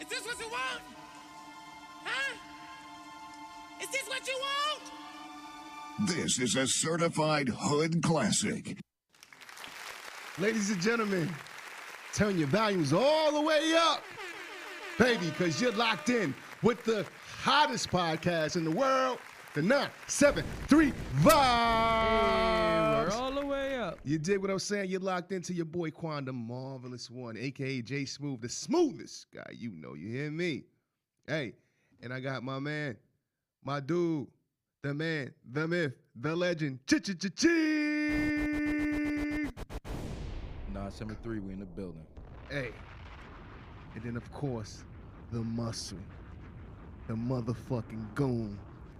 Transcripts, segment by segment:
Is this what you want? Huh? Is this what you want? This is a certified hood classic. Ladies and gentlemen, turn your volumes all the way up, baby, because you're locked in with the hottest podcast in the world, the 973 We're Vibes. all the way up. You did what I was saying. You're locked into your boy Quan, the marvelous one, aka J Smooth, the smoothest guy you know. You hear me? Hey, and I got my man, my dude, the man, the myth, the legend, Chi Chi Chi Chi. Nah, seven three. We in the building. Hey. And then, of course, the muscle, the motherfucking goon,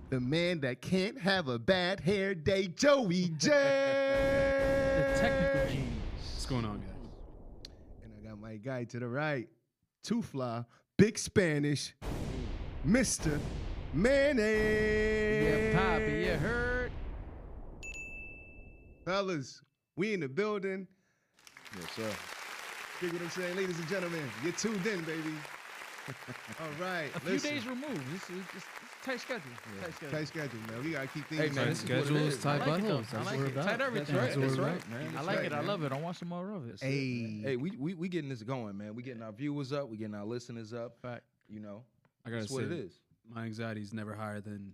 the man that can't have a bad hair day, Joey J. The technical genius. What's going on, guys? And I got my guy to the right, Two Fly, Big Spanish, Mr. Mayonnaise. Yeah, Poppy, you heard? Fellas, we in the building. Yes, sir. Dig what I'm saying? Ladies and gentlemen, you're tuned in, baby. All right. A few days removed. This is just it's tight schedule. Tight schedule. Tight schedule, man. We gotta keep things. Hey, man, tight. this is what it schedules, is. tight I like it, though. bundles. I That's like what it. we're about. Tight everything. That's what That's we're right. about, man. I like right, it. I man. love it. I want some more of it. Hey, Hey, we, we we getting this going, man. We getting our viewers up. We getting our listeners up. Fact. You know, I gotta that's what say, it is. my anxiety is never higher than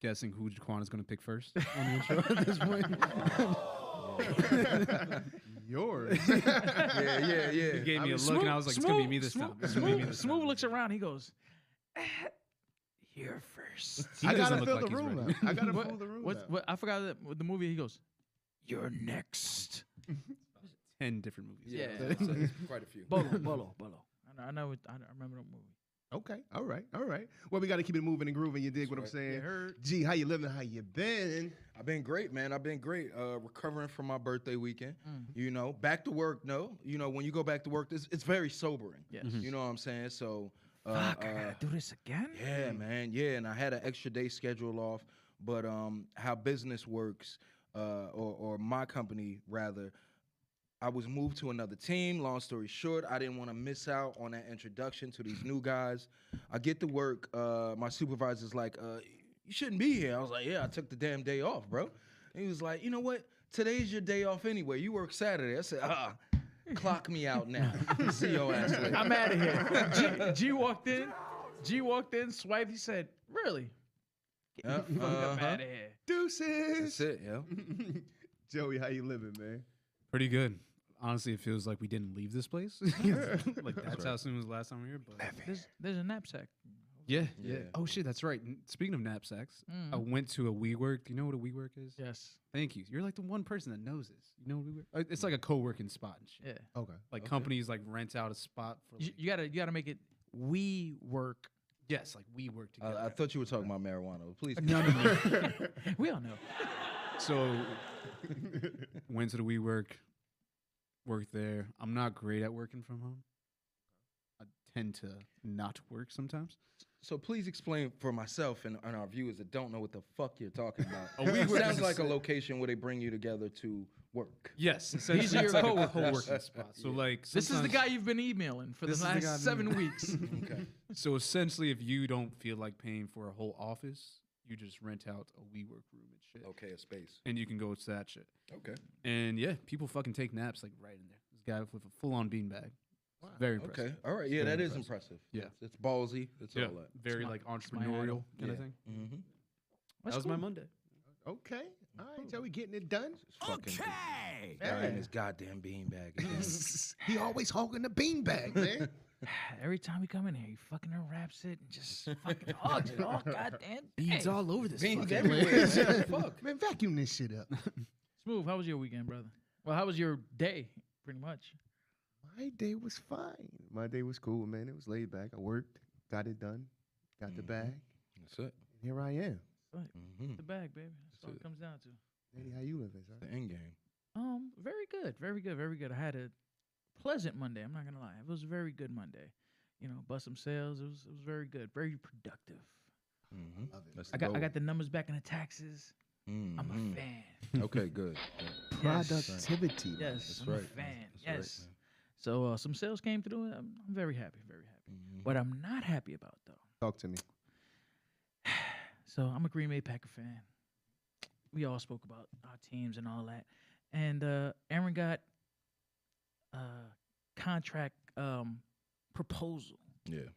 guessing who Jaquan is gonna pick first on the intro at this point. yours. yeah, yeah, he yeah. gave I'm me a look, and I was like, "It's gonna be me this time." It's gonna be me Smooth, this smooth time. looks around. He goes, "Here first. He I doesn't gotta look fill like the he's room ready. out. I gotta What- fill the room What's out. what? I forgot that, with the movie. He goes, "You're next." Ten different movies. Yeah, Yeah. it's, it's quite a few. Bolo, bolo, bolo. I know. I, know it, I don't- I remember that movie. Okay. All right. All right. Well, we gotta keep it moving and grooving. You dig what I'm That's saying? You heard? Gee, how you living? How you been? I've been great, man. I've been great. Uh, recovering from my birthday weekend. Mm. You know, back to work. No, you know, when you go back to work, it's, it's very sobering. Yes. Mm-hmm. You know what I'm saying? So, uh, Hmm. Fuck, I uh, gotta do this again. Yeah, man. Yeah, and I had an extra day scheduled off, but um, how business works, uh, or or my company rather, I was moved to another team. Long story short, I didn't want to miss out on that introduction to these new guys. I get to work. Uh, my supervisor's like, uh, "You shouldn't be here." I was like, "Yeah, I took the damn day off, bro." And he was like, "You know what? Today's your day off anyway. You work Saturday." I said, "Ah." Clock me out now. See your ass later. I'm out of here. G, G walked in. G walked in, swiped. He said, Really? Get Yeah, the fuck up uh-huh. out of here. That's Deuces. it, yo. Joey, how you living, man? Pretty good. Honestly, it feels like we didn't leave this place. like that's how soon was the last time we were here. But There's, there's a knapsack. yeah, yeah, Yeah. Oh shit, that's right. N- Speaking of knapsacks, I Mm. went to a WeWork. Do you know what a WeWork is? Yes. Thank you. You're like the one person that knows this. You know what WeWork? Uh, It's like a co-working spot and shit. Yeah. Okay. Like Okay. companies like rent out a spot for You, like- you gotta you gotta make it we work. yes, like we work together. Uh, I, I thought you were talking about marijuana. but Please. we all know. so went to the WeWork, worked there. I'm not great at working from home. I tend to not work sometimes. So please explain for myself and, and our viewers that don't know what the fuck you're talking A about. WeWork is sounds a like a s- location where they bring you together to work. Yes, essentially your it's like a coworkers. co-working spot. So like This is the sometimes- guy you've been emailing for the This is the guy I've been last seven emailing. weeks. Okay. So essentially, if you don't feel like paying for a whole office, you just rent out a WeWork room and shit, Okay, a space. and you can go to that shit. Okay. And yeah, people fucking take naps like right in there. This guy with a full-on beanbag. Very impressive. Okay. All right. Yeah, Very that is impressive. impressive. Yeah. It's, it's ballsy. It's Yeah, all that. very my- like my entrepreneurial idol. kind of Yeah. thing. Mm-hmm. that That's was my cool. Monday. Okay. All right, Joey, getting it done. It's fucking good. Okay. Guy in Hey. his goddamn beanbag. again. he always hogging the beanbag, man. Every time we come in here, he fucking unwraps it and just fucking hogs it all goddamn day. over this Beans everywhere. Fuck. man, vacuum this shit up. Smooth. How was your weekend, brother? Well, how was your day? Pretty much. My day was fine. My day was cool, man. It was laid back. I worked, got it done, got the Mhm. bag. That's it. Here I am. Mm-hmm. The bag, baby. That's all That's it it. comes down to. Lady, how you living, sir? The end game. Um, very good, very good, very good. I had a pleasant Monday. I'm not gonna lie, it was a very good Monday. You know, bust some sales. It was it was very good, very productive. Mm-hmm. Love it. I got I got the numbers back in the taxes. I'm Mm-hmm. a fan. Okay, good. Yes. Productivity. man. Yes, That's I'm right. a fan. That's right, yes. so uh, some sales came through. and I'm, I'm very happy. Very happy. What I'm not happy about though. Talk to me. So I'm a Green Bay Packer fan. We all spoke about our teams and all that. And uh, Aaron got a contract um, proposal. Mm-hmm. Yeah.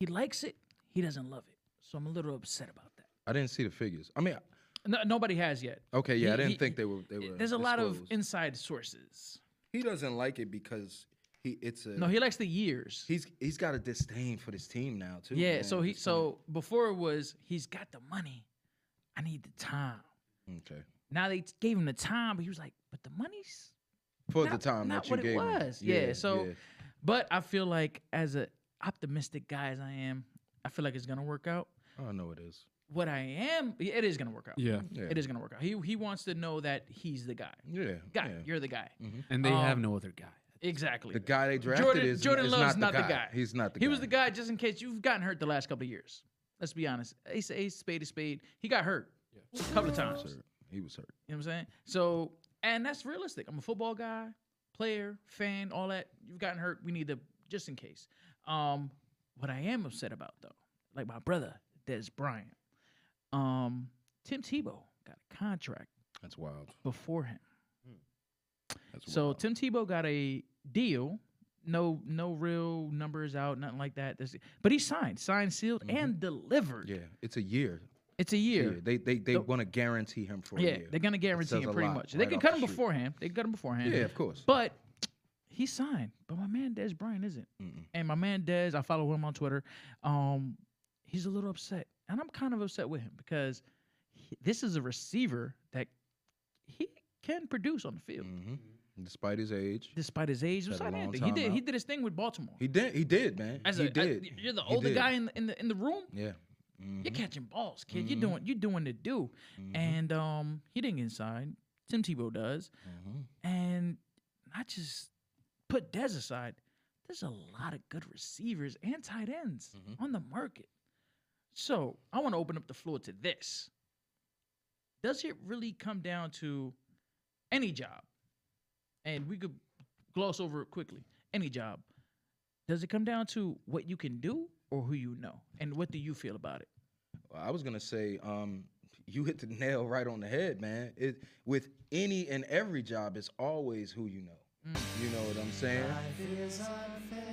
He likes it. He doesn't love it. So I'm a little upset about that. I didn't see the figures. I mean, No, nobody has yet. okay, yeah, I He- didn't he- think they were. They were. There's a lot of disclosed. inside sources. he doesn't like it because he it's a. No, he likes the years. he's he's got a disdain for this team now too. yeah. man, so at he this so before it was he's got the money. I need the time. point. okay Now they t- gave him the time, but he was like, but the money's for the not- time not that you what it gave him. was. Yeah, so- yeah. But I feel like as a optimistic guy as I am, I feel like it's gonna work out. I know it is. What I am, yeah, it is gonna work out. Yeah, Yeah, It is gonna work out. He he wants to know that he's the guy. Yeah, Guy, yeah. you're the guy. and they have Um, no other guy. Exactly. The guy they drafted Jordan- is Jordan is Love's not, the, guy. He's not the he guy. was the guy just in case you've gotten hurt the last couple of years. Let's be honest. Ace Ace Spade is Spade. He got hurt a couple of times. Sir, He was hurt. You know what I'm saying? So, and that's realistic. I'm a football guy, player, fan, all that. You've gotten hurt. We need to, just in case. Um, what I am upset about, though, like my brother, Des Bryant, um, Tim Tebow got a contract That's wild. before him. That's So wild. Tim Tebow got a deal. No, no real numbers out, nothing like that. This- but he signed, signed, sealed, and delivered. Mm-hmm. Yeah, it's a year. It's a year. They they they The- want to guarantee him for yeah, a year. they're gonna guarantee says him a pretty lot much. they right can off cut the him street. beforehand. They can cut him beforehand. yeah, of course. But he signed. But my man Des Bryant isn't. Mm-mm. And my man Des, I follow him on Twitter. Um, he's a little upset, and I'm kind of upset with him because he- this is a receiver that he can produce on the field, hmm Despite his age, despite his age. Had a Despite long anything, he time did he out. did his thing with Baltimore. he did. He did, man. As he a, did. I- you're the He older did. guy in the, in the in the room. Yeah. Mhm. You're catching balls, kid. You're Mhm. doing you're doing the do. mm-hmm, And um, he didn't get signed. Tim Tebow does. Mhm. And not just put Dez aside, there's a lot of good receivers and tight ends Mhm. on the market. So I want to open up the floor to this. Does it really come down to any job? And we could gloss over it quickly. Any job. Does it come down to what you can do or who you know? And what do you feel about it? Well, I was gonna say, um, you hit the nail right on the head, man. It with any and every job, it's always who you know. Mm. You know what I'm saying?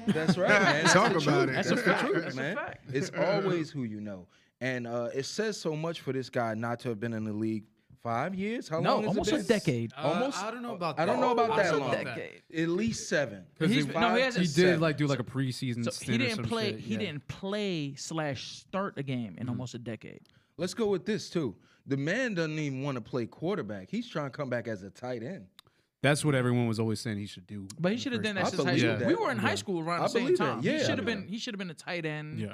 That's right, man. That's Talk the about truth. it. That's the That's a truth, fact. man. That's a It's fact. always who you know, and uh, it says so much for this guy not to have been in the league five years. How Oh, long? No, has it almost a been? decade. Almost. I don't know about. I don't know about Almost that a long. decade. Oh, At least seven. Because He's- he, no, he hasn't he said. did like do like a preseason. So he stint or didn't some play. shit, He yeah. didn't play slash start a game in almost a decade. Let's go with this too. The man doesn't even want to play quarterback. He's trying to come back as a tight end. That's what everyone was always saying he should do. But he in should have first done place. that I since high believe school. that. We were in high school around I the same believe that. time. Yeah, he I should have believe been. He should have been a tight end. Yeah,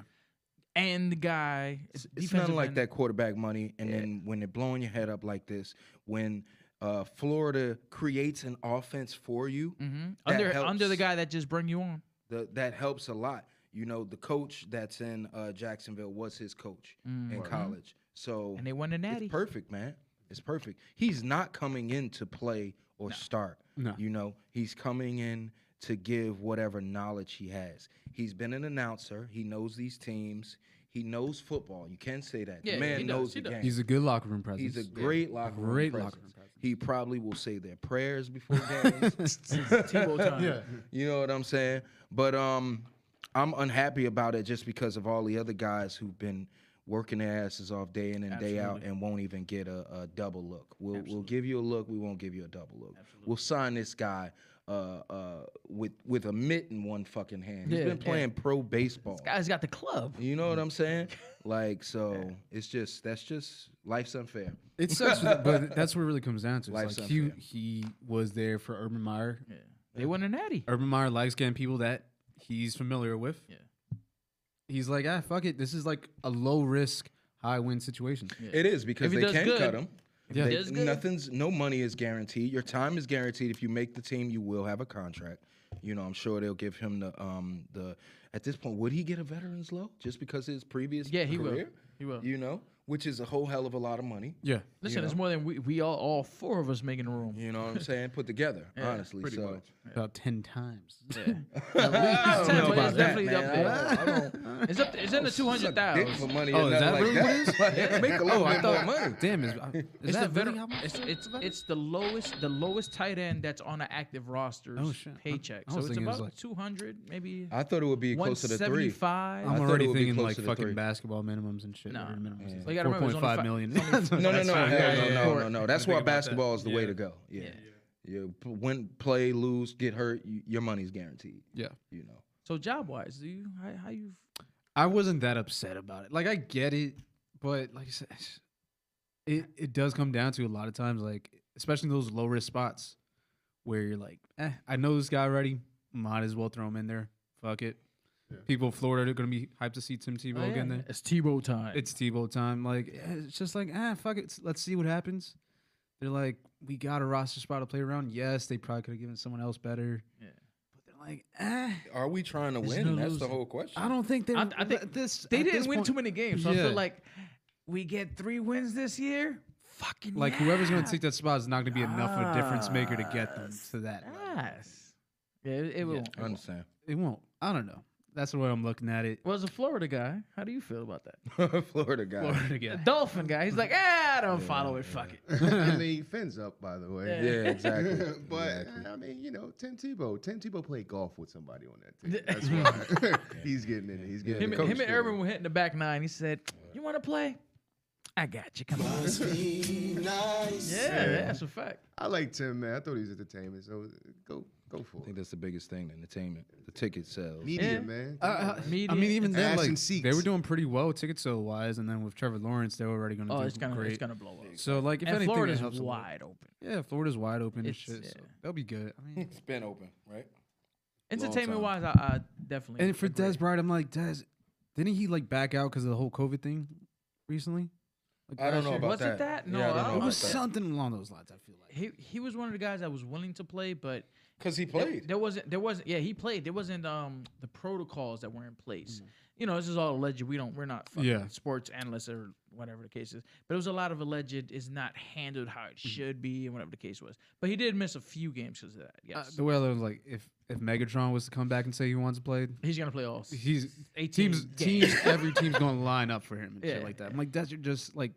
and the guy. It's defensive nothing like end. that quarterback money. And then when they're blowing your head up like this, when uh, Florida creates an offense for you, Mhm. that Under under the helps. guy that just bring you on. the, that helps a lot. You know, the coach that's in uh, Jacksonville was his coach in college. So Mm. And they won the natty. It's perfect, man. It's perfect. He's not coming in to play or start. No. You know, he's coming in to give whatever knowledge he has. He's been an announcer. He knows these teams. He knows football. You can say that. Yeah, the yeah, man he does, knows he the does. game. he's a good locker room presence. He's a great locker room Great presence. locker room presence. He probably will say their prayers before games. Tebow time. you know what I'm saying? But um, I'm unhappy about it just because of all the other guys who've been working their asses off day in and day out and won't even get a, a double look. We'll we'll give you a look. We won't give you a double look. We'll sign this guy. Uh, uh, with with a mitt in one fucking hand. He's Yeah, been yeah. playing pro baseball. Guy's got the club. You know what I'm saying? Like, so it's just that's just life's unfair. It sucks, with it, but that's what it really comes down to. Life's It's like he, unfair. he was there for Urban Meyer. They won a natty. Urban Meyer likes getting people that he's familiar with. Yeah. He's like, ah, fuck it. This is like a low risk, high win situation. It is because If he they does can cut good, him. Yeah. he does good. nothing's no money is guaranteed. Your time is guaranteed. If you make the team, you will have a contract. You know, I'm sure they'll give him the um the at this point, would he get a veteran's low just because of his previous Yeah, he will. career? He will. You know? which is a whole hell of a lot of money. Yeah. Listen, it's more than we, we all, all four of us making a room. You know what I'm saying? Put together, Yeah, honestly. pretty so. much. About 10 times. At don't It's, ten, know but it's about that, definitely up there. It's up. It's in the two hundred for thousand. money. Oh, or is nothing that like really what it is? oh, Like, Make a Oh, little bit more money. Damn, is, uh, is It's the that veteran. really how much? it's, it's it's the lowest the lowest tight end that's on an active roster Oh, shit. I- paycheck. I so was it's thinking it was about like- two hundred, maybe I thought it would be one closer to seventy three. I five. I'm thought it already would be thinking closer like to fucking three. basketball minimums and shit. Nah. whatever minimums is, Well, you Like gotta remember, it's only 4.5 fi- million. it's only- No, no, uh, no, That's hell fine. no, Yeah, no, yeah, no, yeah. no. I That's think why about that. basketball is the way Yeah. to go. Yeah. Yeah. You p- win, play, lose, get hurt. You, your money's guaranteed. Yeah. You know. So job wise, do you how, how you I wasn't that upset about it. Like I get it, but like I said, it it does come down to a lot of times, like especially in those low risk spots where you're like, eh, I know this guy already, might as well throw him in there. Fuck it. People of Florida are gonna be hyped to see Tim Tebow Oh, yeah, again. There, yeah. It's Tebow time. it's Tebow time. Like eh, it's just like ah, fuck it. Let's see what happens. They're like, we got a roster spot to play around. Yes, they probably could have given someone else better. Yeah. But they're like, eh, Are we trying to There's win? no That's the losing. whole question. I don't think they. I, I think this they at didn't this win point- too many games, so I feel Yeah. like we get three wins this year. Fucking Like whoever's going yeah. to take that spot is not going to be enough of a difference maker to get them to that. level. Yes. Yeah, it, it won't. I understand. It won't. I don't know. That's the way I'm looking at it. Well, as a Florida guy, how do you feel about that? Florida guy. Florida A guy. Dolphin guy, he's like, ah, I don't follow it. Fuck it. I mean, Finn's up, by the way. Yeah, exactly. but uh, Exactly. I mean, you know, Tim Tebow. Tim Tebow played golf with somebody on that team. That's why he's getting in. He's getting Him, in. him and Coach Urban were hitting the back nine. He said, "You want to play? I got you. Come on." Yeah, that's a fact. I like Tim, man. I thought he was entertainment. So go, go for I it. think that's the biggest thing: entertainment, the ticket sales. Media, Yeah. man. Uh, uh, Media I mean, even and then, ass like and they were seats. doing pretty well ticket sale wise, and then with Trevor Lawrence, they were already going to Oh, do it's gonna, great. it's gonna blow up. so, like, if and anything, that Florida's helps a lot. wide open. Yeah, Florida's wide open and It's- shit. So yeah. that'll be good. I mean, It's been open, right? Entertainment wise, I, I definitely. and for agree. Des Bryant, I'm like, Des, didn't he like back out because of the whole COVID thing recently? Like, I don't last know year? about Was it that. that? No, yeah, I I don't don't know It know. was about that. something along those lines. I feel like. he he was one of the guys that was willing to play, but because he there- played. There wasn't. There wasn't. Yeah, he played. There wasn't um the protocols that were in place. You know, this is all alleged. We don't. We're not fucking Yeah. sports analysts or whatever the case is. But it was a lot of alleged is not handled how it should be and whatever the case was. But he did miss a few games because of that. Uh, Yes, the way I was like, if if Megatron was to come back and say he wants to play, he's gonna play all. He, he's 18 teams games. teams every team's going to line up for him and Yeah. shit like that. I'm like, that's just like,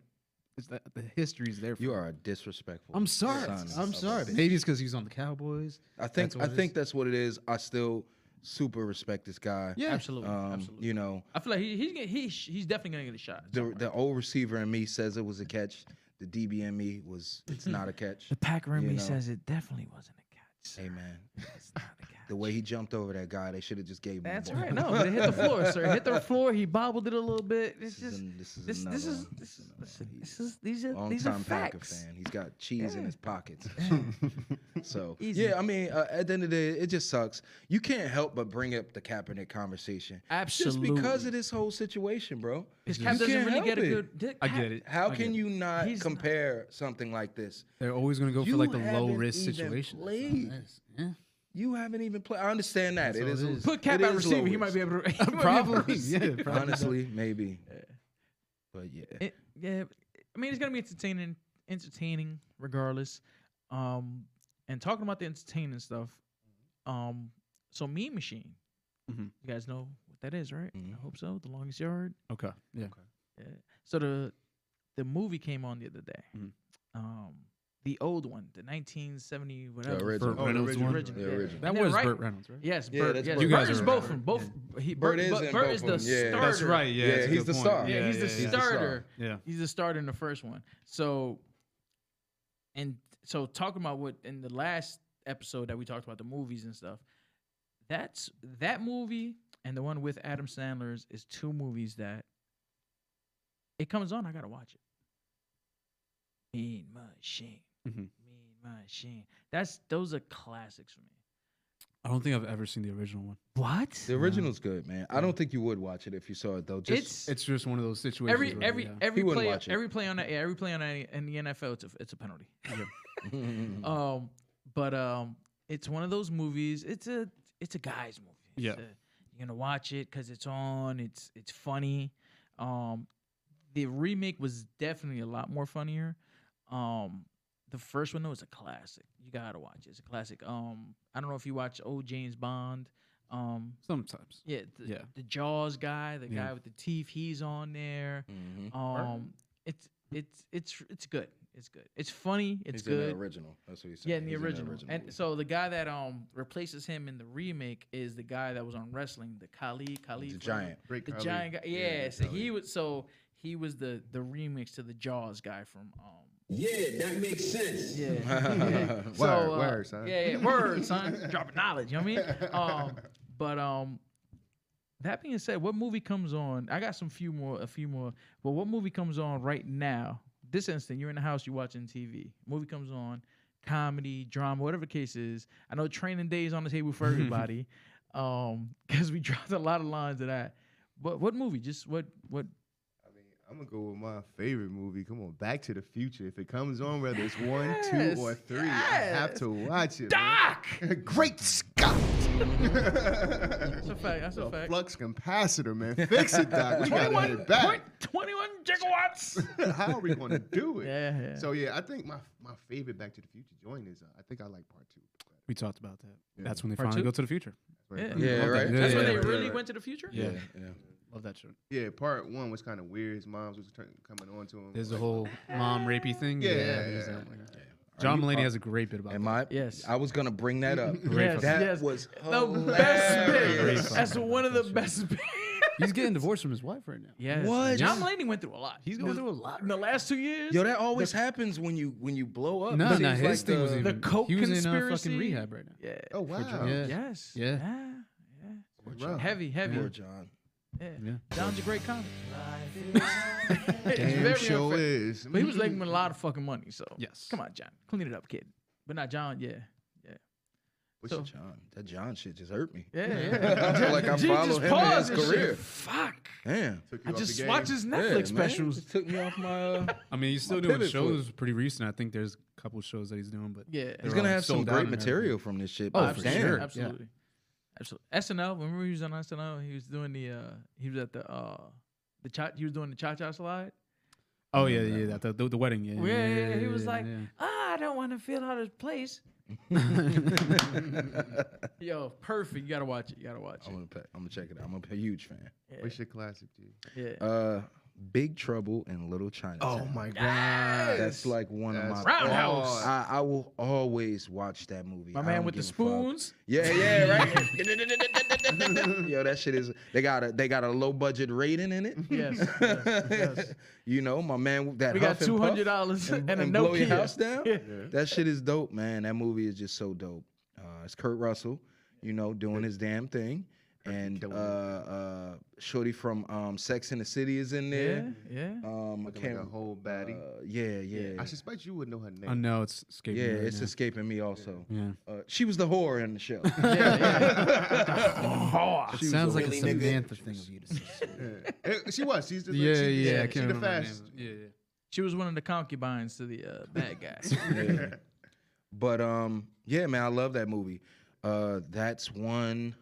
it's that, the history's there. For You him. are a disrespectful. I'm sorry. son of I'm a sorry. bitch. Maybe it's because he's on the Cowboys. I think That's what I it is. think that's what it is. I still super respect this guy. Yeah. absolutely, Um, absolutely. You know, I feel like he, he's gonna- he, sh- he's definitely gonna get a shot. at the somewhere. the old receiver in me says it was a catch. The DB in me was it's not a catch. the pack room you he know. says it definitely wasn't a catch. Hey man, It's not a catch. the way he jumped over that guy, they should have just gave him. That's the ball. right. No, but it hit the floor, sir. It hit the floor. He bobbled it a little bit. This It's is just an- this is this. another This is one. this is This is another listen, one. this is these are these are Long-time Packer facts. fan. He's got cheese in Yeah. his pockets. so Easy. yeah, I mean, uh, at the end of the day, it just sucks. You can't help but bring up the Kaepernick conversation, just because Absolutely. of this whole situation, bro. His You cap doesn't can't really help get a it. good. Dick. I get it. How I can get it. you not He's not- compare something like this? They're always going to go You for like the low haven't risk even situation. That's all played. it is. Yeah. You haven't even played. I understand that. That's It all is it a- is. Put cap it at is low receiver. He might risk. be able to. he might be able to Probably. receive. Yeah. Probably. Honestly, maybe. But yeah. It- yeah, I mean it's gonna be entertaining, entertaining regardless. Um, and talking about the entertaining stuff, um, so Mean Machine, Mhm. you guys know what that is, right? Mhm. I hope so. The longest yard. Okay. Yeah. Yeah. So the the movie came on the other day. Mhm. Mm-hmm. Um, the old one, the 1970 whatever. original. Oh, Burt Reynolds original. one. Original, The yeah. original. That And then was right- Burt Reynolds, right? Yes, Yeah, Burt. that's yes. Burt. You Burt guys is are both right. from both. He, Burt Burt, is Burt, in Burt both is of the them. Yeah, starter. that's right. Yeah, that's a he's good the point. star. Yeah, he's the yeah, yeah. starter. Yeah. He's the starter in the first one. So, and so talking about what in the last episode that we talked about the movies and stuff. That's that movie and the one with Adam Sandler's is two movies that it comes on. I gotta watch it. Mean Machine, Mhm. Mean Machine. That's those are classics for me. I don't think I've ever seen the original one. What? The original's good, man. I don't think you would watch it if you saw it though. Just it's It's just one of those situations. every where, every yeah. every He wouldn't play watch it. every play on the yeah, every play on the, in the NFL it's a it's a penalty. Mm-hmm. Mm-hmm. um, but um, it's one of those movies. It's a it's a guy's movie. It's Yeah. a- you're gonna watch it because it's on. It's it's funny. Um, the remake was definitely a lot more funnier. Um, the first one though is a classic. You gotta watch it. It's a classic. Um, I don't know if you watch old James Bond. Um, Sometimes. yeah, the, Yeah. the Jaws guy, the Yeah. guy with the teeth, he's on there. Mm-hmm. Um, it's it's it's it's good. It's good. It's funny. It's He's in good. the original. That's what he said. Yeah, in the, original. And so the guy that um replaces him in the remake is the guy that was on wrestling, the Kali Kali. the Fleming. giant. Great The Khali. giant guy. Yeah, Yeah, so Khali. he was so he was the the remix to the Jaws guy from um Yeah, that makes sense. yeah. Word, word, son. uh, Yeah, yeah, word, son. Dropping knowledge, you know what I mean? Um, but um, that being said, what movie comes on? I got some few more, a few more. But what movie comes on right now? This instant, you're in the house, you're watching TV. Movie comes on, comedy, drama, whatever the case is. I know training day is on the table for everybody, um, because we dropped a lot of lines of that. But what movie? Just what what I mean, I'm gonna go with my favorite movie. Come on, Back to the Future. If it comes on, whether it's one, Yes, two, or three, I have yes. to watch it. man. Doc? Great Scott! That's a fact. That's a fact. Flux capacitor, man. Fix it, Doc. We gotta hit 21, it back. 21 gigawatts. How are we gonna do it? Yeah, yeah. So yeah, I think my my favorite Back to the Future joint is uh, I think I like part two. better. We talked about that. That's when they Part finally two? go to the future. Yeah. Part- Yeah, Love right. that. That's Yeah, when they yeah, really right. went to the future. Yeah. yeah. Love that shit. Yeah, part one was kind of weird. His mom's was turn, coming on to him. There's the like, whole mom rapey thing. Yeah, yeah, there's yeah. that one. John Mulaney has a great bit about Am that. I? Yes. I was gonna bring that up. Yes, that yes. was The best hilarious. bit. Great That's one of the best bits. He's getting divorced from his wife right now. Yes. What? John Mulaney went through a lot. He's In going the- through a lot in the last two years. Yo, that always happens when you when you blow up. No, It no, seems his like thing was the- even. the Coke he was in uh, conspiracy. fucking rehab right now. yeah. Oh wow. drugs. Yeah. Yes. Yeah. Poor Poor John. John. Heavy, heavy. Poor John. Yeah. Yeah. John's a great comic. it's Damn very show unfair. is. But he was making a lot of fucking money. So Yes. come on, John, clean it up, kid. But not John. Yeah. What's So- your John? That John shit just hurt me. Yeah. I yeah. feel like I G follow just him in his paused and shit. career. Fuck. Damn. Took you I off the just game. watch his Netflix Yeah, man. specials. Just took me off my. Uh, I mean, he's still My doing pivot foot. shows pretty recent. I think there's a couple shows that he's doing, but Yeah. they're he's all, gonna like, have some sold out great and everything. material from this shit. Oh, but for damn. sure. Absolutely. Absolutely. SNL, remember he was on SNL? He was doing the uh he was at the uh the cha he was doing the cha cha slide. Oh yeah, yeah, that, the, the, the wedding. Yeah, Yeah, yeah, yeah. He was yeah, like, yeah. ah, I don't want to feel out of place. Yo, perfect. You gotta watch it. You gotta watch I'm it. gonna, pay, I'm gonna check it out. I'm a huge fan. What's your Mm-hmm. classic, G? Yeah. Uh, Big Trouble in Little China. Oh, Yes! That's like one That's of my. Roundhouse. hard. I, I will always watch that movie. My I man don't with the give a fuck. spoons. Yeah, yeah, right. Yo, that shit is. They got a they got a low budget rating in it. Yes, yes, yes. you know, my man that We got Huff and two Puff hundred dollars and, a and no blow your key. house down. Yeah. That shit is dope, man. That movie is just so dope. Uh, it's Kurt Russell, you know, doing his damn thing, and uh, uh, Shorty from um, Sex in the City is in Yeah, there. yeah. Um, Looking I like can't. a whole uh, baddie. yeah, yeah, I suspect you would know her name. I know it's yeah. escaping. me right It's now. escaping me also. Yeah. Uh, she was the whore in the show. Oh, It was sounds a like a really nigga. Samantha thing of you to say. Yeah. Eh, She was. She's the yeah, she, yeah, I She, the can't remember her fast. name. Yeah, yeah. She was one of the concubines to the uh, bad guys. Yeah. But um, yeah, man, I love that movie. Uh, that's one.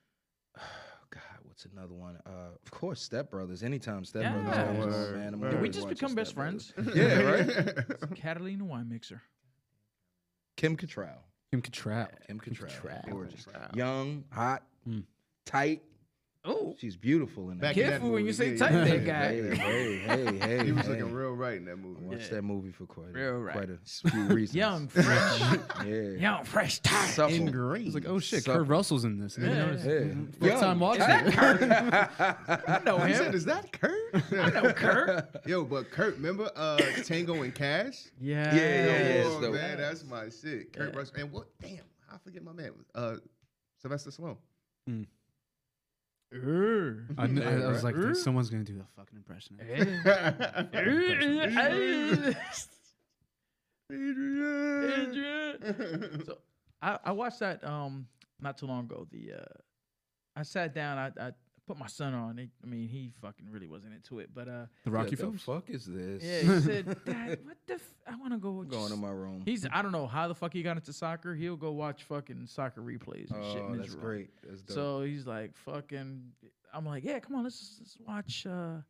God, what's another one? Uh, of course, Step Brothers. Anytime Step Yeah. Brothers comes Word, on, man, I'm word. Did we always just watching become best Step Brothers. friends? Yeah, right. Catalina Wine Mixer. Kim Cattrall. Kim Cattrall. Kim Cattrall. Cattrall. Gorgeous. Young, hot, Hmm. Mm. tight. Oh, She's beautiful in that. Back movie. in Careful when you movie, say yeah, type yeah, that yeah. guy. Hey, hey, hey, hey. He was hey. looking real right in that I movie. watched that movie for quite, a- Real right. quite a few reasons. young, fresh, yeah. young, fresh time. Supple. green. It's like, oh shit, Sucker. Kurt Russell's in this. Yeah. Yeah. Yeah. First time watching. it. I know I said, him. is that Kurt? I I know Kurt. Yo, but Kurt, remember uh, Tango and Cash? Yeah. yeah, yeah. Come it's on, dope. Oh, man, that's my shit. Kurt Yeah. Russell. And what? Damn, I forget my man. Uh, Sylvester Stallone. Err. I, kn- I, I was right. like, dude, someone's gonna do that fucking impression. of him. Err. Err. Adrian. Adrian. So I, I watched that um not too long ago. The uh, I sat down. I, I put my son on. It, I mean, he fucking really wasn't into it, but uh, The Rocky What the films. fuck is this? yeah, he said, "Dad, what the? F- I want to go I'm going to just- my room. He's I don't know how the fuck he got into soccer. He'll go watch fucking soccer replays and shit. Oh, In his that's room. great. That's dope. So he's like, fucking. I'm like, yeah, come on, let's, let's watch. Uh,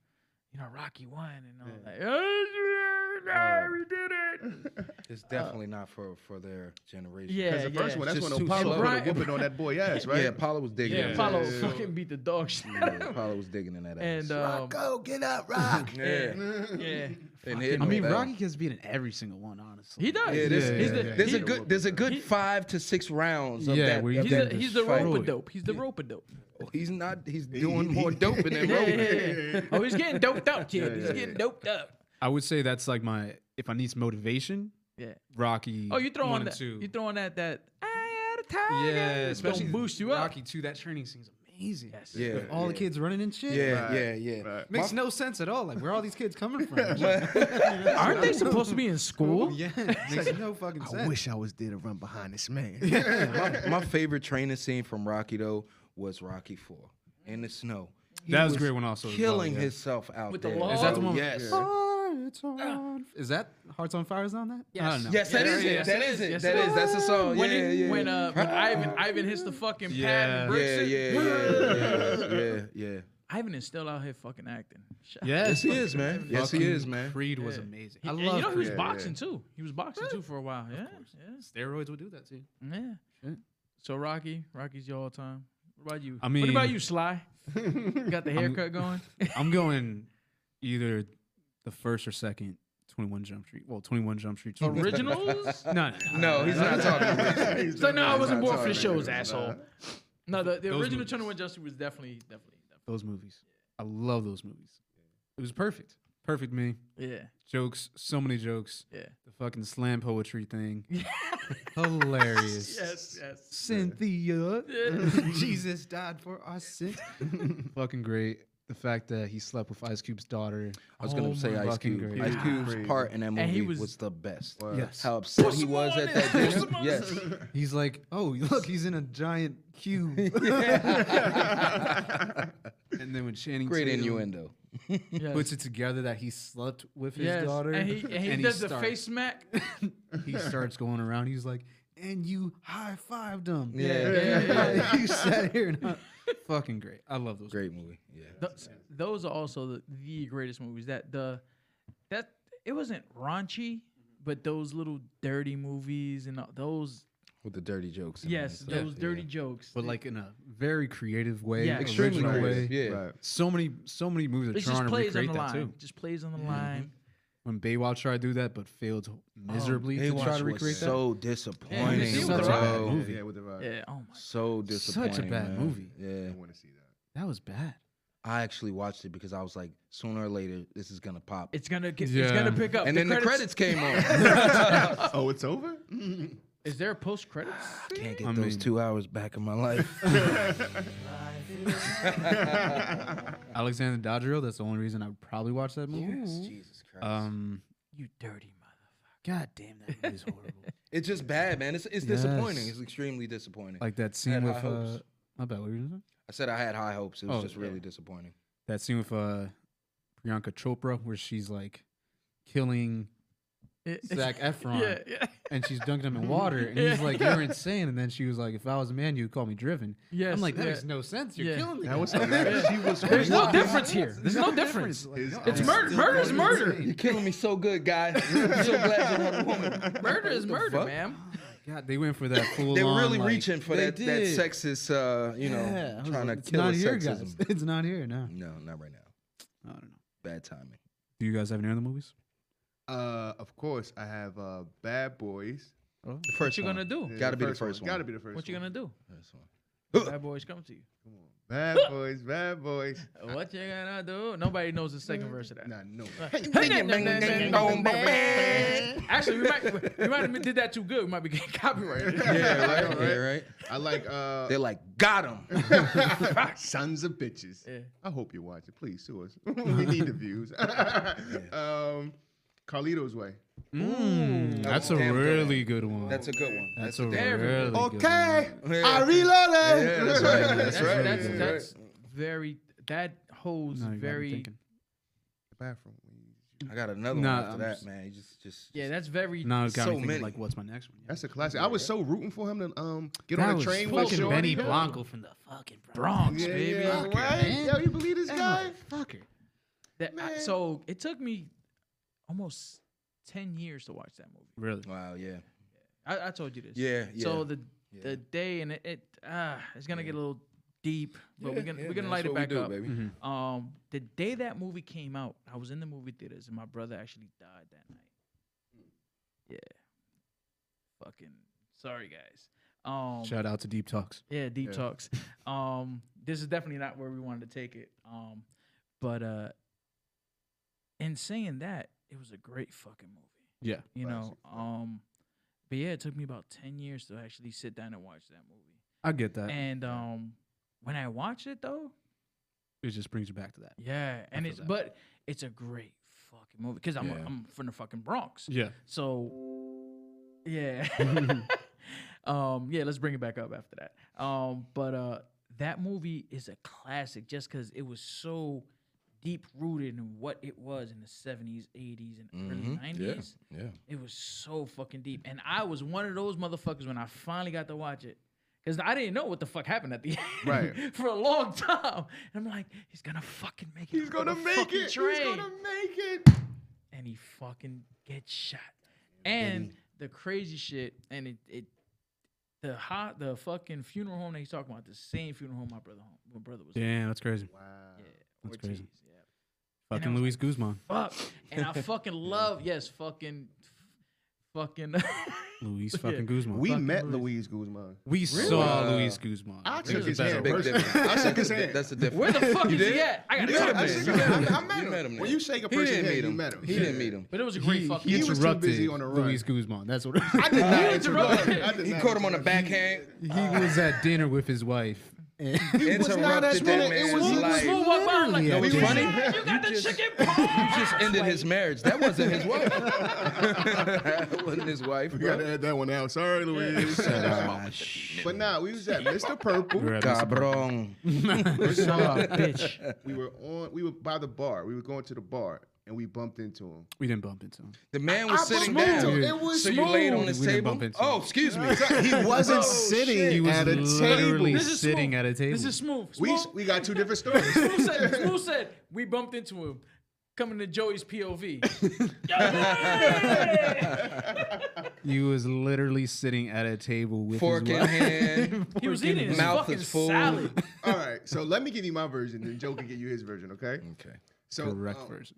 you know, Rocky won and all Yeah. that. Oh, yeah, Right. we did it. It's definitely not for for their generation. uh, Yeah, Because the first yeah. one, that's Just when too Apollo slow. put a Right. whooping on that boy ass, right? Yeah, Apollo was digging. Yeah, in Apollo that ass. fucking beat the dog shit out of Yeah, him. Apollo was digging in that ass. And um, yeah, yeah, and hitting I mean, him. Rocky gets beaten every single one, honestly. he does. Yeah, this, Yeah, he's yeah, the, yeah. there's he- a good there's a good he- five to six rounds. Of Yeah, that, where of you he's, that a, he's the fight. rope a dope. He's the rope a dope. He's not. He's doing more doping than Yeah, roping. yeah, yeah. Oh, he's getting doped up, kid. He's getting doped up. I would say that's like my if I need some motivation, Yeah. Rocky. Oh, you one throwing and that? two. You throwing that? That I had a tiger. yeah, It's gonna especially boost you up. Rocky two. That training scene's amazing. Yes. Yeah. With all the yeah. kids running and shit. Yeah, Right, yeah, yeah. right. Makes no sense at all. Like, where are all these kids coming from? Aren't they supposed to be in school? Yeah, makes no fucking sense. I wish I was there to run behind this man. my, my favorite training scene from Rocky though was Rocky Four in the snow. He That was a great one also as well, Killing yeah. himself out With the there. log? Is that the bro. one? with Yes. Hearts on. Is that Hearts on Fire is on that? I don't know. Yes, that is it. That is it. That is. That's the song. When, yeah, it, yeah. when uh, when Ivan Ivan hits the fucking pad and breaks yeah, it. yeah, yeah, yeah, yeah, yeah. Ivan is still out here fucking acting. Shut up. Yes, He is, man. Yes, he Fucking is, man. Creed was Yeah. amazing. He- I and love you know he was Creed. boxing too. He was boxing too for a while. Yeah, Steroids would do that to you. yeah, yeah. Shit. So Rocky, Rocky's your all time. What about you? I what about mean- you, Sly? Got the haircut going. I'm going either the first or second 21 Jump Street. Well, 21 Jump Street. 2. Originals? No, no, No, Oh, he's not talking. It's like, no, I wasn't born for the talking shows, asshole. No, the, the Those original movies. Turner One Justice was definitely, definitely, Those movies. I love those movies. It was perfect. Perfect me. definitely. Jokes, so many jokes. Yeah, yeah. The fucking slam poetry thing. Hilarious. Yes, yes. Cynthia. Yeah. Jesus died for our sin. fucking great. The fact that he slept with Ice Cube's daughter. I was gonna Oh say my Ice fucking Cube. great. Ice Yeah. Cube's Crazy. part in that movie And he was, was- the best. Yes. How upset Put he some was on at this, that put dinner. some on Yes. this. He's like, oh, look, he's in a giant cube. and then when Channing Great Tatum innuendo. yes. puts it together that he slept with his Yes. daughter, and he, and he does the starts- face smack. He starts going around. He's like, and you high fived him. Yeah. you sat here and I, fucking great. I love those. Great movie. Yeah. Th- those are also the, the greatest movies. That the that it wasn't raunchy, but those little dirty movies and all- those With the dirty jokes. in it and yes, stuff, those yeah. dirty jokes. But like in a very creative way, Yeah. Extremely original creative. way. Yeah. Right. So many, so many movies are it just trying to plays on recreate the that line. too. Mm-hmm. Just plays on the line. When Baywatch tried to do that, but failed miserably to Baywatch try to was recreate that. so Yeah, disappointing. you see bro. what the Such a Yeah, bad movie. yeah, with the vibe. Yeah. Oh my. So disappointing. bad man. movie. Yeah. I want to see that. That was bad. I actually watched it because I was like, sooner or later, this is gonna pop. It's gonna get. It's Yeah. gonna pick up. and then the credits came on. Oh, it's over? Is there a post credits? Can't get I those mean- two hours back in my life. Alexander Daddario. That's the only reason I would probably watch that movie. Jesus Christ. Mm-hmm. Um, you dirty motherfucker. God damn, that movie's horrible. it's just bad, man. It's, it's disappointing. Yes. It's extremely disappointing. Like that scene high with. hopes. Uh, my bad. What were you gonna say? I said, I had high hopes. It was Oh, just really disappointing. That scene with uh, Priyanka Chopra, where she's like killing It- Zac Efron, Yeah, yeah, and she's dunking him in water, and he's Yeah. like, "You're insane." And then she was like, "If I was a man, you'd call me driven." Yes, I'm like, "That yeah. makes no sense. You're Yeah. killing me." That was hilarious. She was There's no wild. difference here. There's no difference. His- It's his- murder. Murder is murder. You're killing me so good, guy. I'm so glad you're not a woman. Murder is murder, fuck? man. God, they went for that full. They were on, really like- reaching for They that, that did. sexist, uh, you know, Yeah, I was trying like, to it's kill not the here, sexism. Guys. It's not here now. No, not right now. I don't know. Bad timing. Do you guys have any other movies? Uh, of course, I have uh, Bad Boys. The first What you one. gonna do? Yeah, Gotta be the first one. Gotta be the first What you gonna do? That's one. Bad boys come to you. Bad Boys, Bad Boys. What you gonna do? Nobody knows the second verse of that. Nah, no. Actually, we might we might have did that too good. We might be getting copyrighted. Yeah, right. Yeah, right. I like uh, They're like, got him. Sons of Bitches. Yeah. I hope you watch it. Please sue us. we need the views. um, Carlito's Way. Mm, that's a damn good. really good one. That's a good one. That's, a a damn- really good Okay, one. Yeah. I reloaded. Yeah, that's right. That's That's right. that's, Yeah. that's very that holds No, you got me very thinking. Bathroom. I got another Nah, one after I'm that, just- man. You just, just, yeah just- that's very Now it's got So me thinking, many. like, what's my next one? That's a classic. I was so rooting for him to um get on a train with fucking Shorty. Benny Blanco from the fucking Bronx, Yeah, baby. yeah, right? man. Yo, you believe this That guy? motherfucker. That I- Man. so it took me almost ten years to watch that movie. Really? Wow. Yeah. I, I told you this. Yeah. Yeah. So the yeah. the day and it, it uh, it's gonna get a little deep, but we're Yeah, gonna yeah, we're gonna man, light that's it what we back do, up. baby. Um, the day that movie came out, I was in the movie theaters, and my brother actually died that night. Yeah. Fucking sorry, guys. Um, Shout out to Deep Talks. yeah, deep Yeah. talks. Um, this is definitely not where we wanted to take it. Um, but uh, in saying that, it was a great fucking movie. Yeah. You know, um, but yeah, it took me about ten years to actually sit down and watch that movie. I get that. And um, when I watch it though, it just brings you back to that. yeah, and feel it's that. but it's a great fucking movie because I'm Yeah. I'm from the fucking Bronx. Yeah. So, yeah. um, yeah, let's bring it back up after that. Um, but uh, that movie is a classic just because it was so deep rooted in what it was in the 70s, 80s, and Mm-hmm. Mhm, early 90s. Yeah. Yeah. It was so fucking deep. And I was one of those motherfuckers when I finally got to watch it. Because I didn't know what the fuck happened at the end Right. for a long time. And I'm like, he's gonna fucking make it. He's off gonna the make fucking it. He's train gonna make it. and he fucking gets shot. And the crazy shit, and it, it the hot the fucking funeral home that he's talking about, the same funeral home my brother home my brother was. at. Damn, that's crazy. Yeah, That's Ortiz, crazy. yeah. Fucking was Luis Guzman. Fuck. And I fucking love yes, fucking fucking Luis Yeah. fucking Guzman. We Fucking met Luis. Louise Guzman. We saw Wow. Luis Guzman. I He took was his a hand. better Big worker. Person. difference. I shook his That's a- hand. That's a difference. Where the fuck You is he did? at? I gotta You talk met to him. this You guy. him. I met You him. met him When there. you shake a He person's didn't hand, meet you him. met him. He Yeah. didn't meet him. But it was a great fucking He He was too interrupted busy on the run. Luis Guzman. That's what I did not. interrupt interrupt him. I did He not caught him on the interrupt backhand. he was at dinner with his wife. And was not Interrupted as that running. It was- man's it was life. Smooth up, bro. Like, Literally, Know I what's did. funny? You got the just- chicken You parm. just ended his marriage. That wasn't his wife. that wasn't his wife. We gotta bro. add that one out. Sorry, Louise. Ah, But nah, we was at Mr. Purple. We're at Mr. Cabron. Son of a bitch. We were on. We were by the bar. We were going to the bar, and we bumped into him. We didn't bump into him. The man was I sitting bumped down. into him. It was so you laid on smooth. his We didn't table. bump into Oh, him. excuse me. He wasn't sitting He was at a literally table. This is sitting smooth. at a table. This is smooth. We Smooth. we got two different stories. Smooth said, Smooth said, we bumped into him. Coming to Joey's POV. Yeah! He was literally sitting at a table with Fork his in wife. hand. he was eating his Mouth fucking is full. salad. All right, so let me give you my version, then Joe can get you his version. Okay. Okay. So Correct um, version.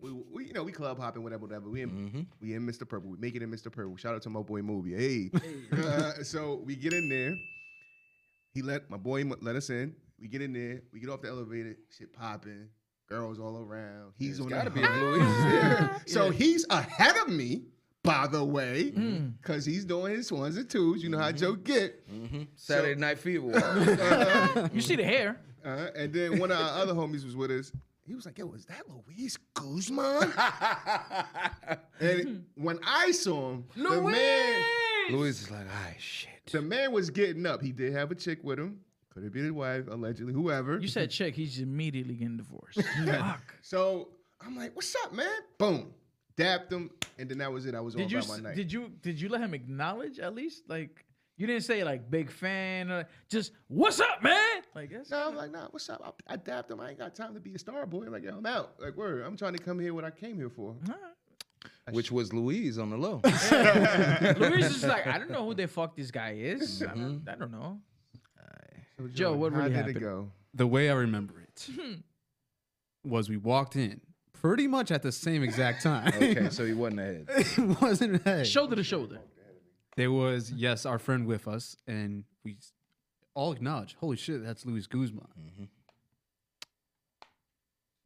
we, we you know we club hopping whatever whatever. We in Mm-hmm. we in Mr. Purple. We make it in Mr. Purple. Shout out to my boy Movie. Hey. Uh, so we get in there. He let my boy mu- let us in. We get in there. We get off the elevator. Shit popping. Girls all around. He's on gotta that be high. Yeah. So he's ahead of me, by the way, Mm. because he's doing his ones and twos. You know Mm-hmm. how Joe get. Saturday Night Fever. You see the hair? Uh, and then one of our other homies was with us. He was like, "Yo, is that Luis Guzman?" and when I saw him, the man, Louis is like, ah, shit. the man was getting up. He did have a chick with him. Could it be the wife, allegedly, whoever? You said check. He's immediately getting divorced. Fuck. so I'm like, "What's up, man?" Boom, dapped him, and then that was it. I was all Did you about my night. did you did you let him acknowledge at least? Like you didn't say like big fan or just what's up, man? Like that's no, I'm like, nah, what's up? I, I dapped him. I ain't got time to be a star boy. Like, yo, I'm out. Like, word. I'm trying to come here what I came here for. Which was Louise on the low. Luis is like, I don't know who the fuck this guy is. I, don't, I don't know. Mm-hmm. So, Joe, what how really did happened? it go? the way I remember it was we walked in pretty much at the same exact time. Okay, so he wasn't ahead. it wasn't that. Shoulder to shoulder. There was yes, our friend with us, and we s- all acknowledged, "Holy shit, that's Luis Guzman."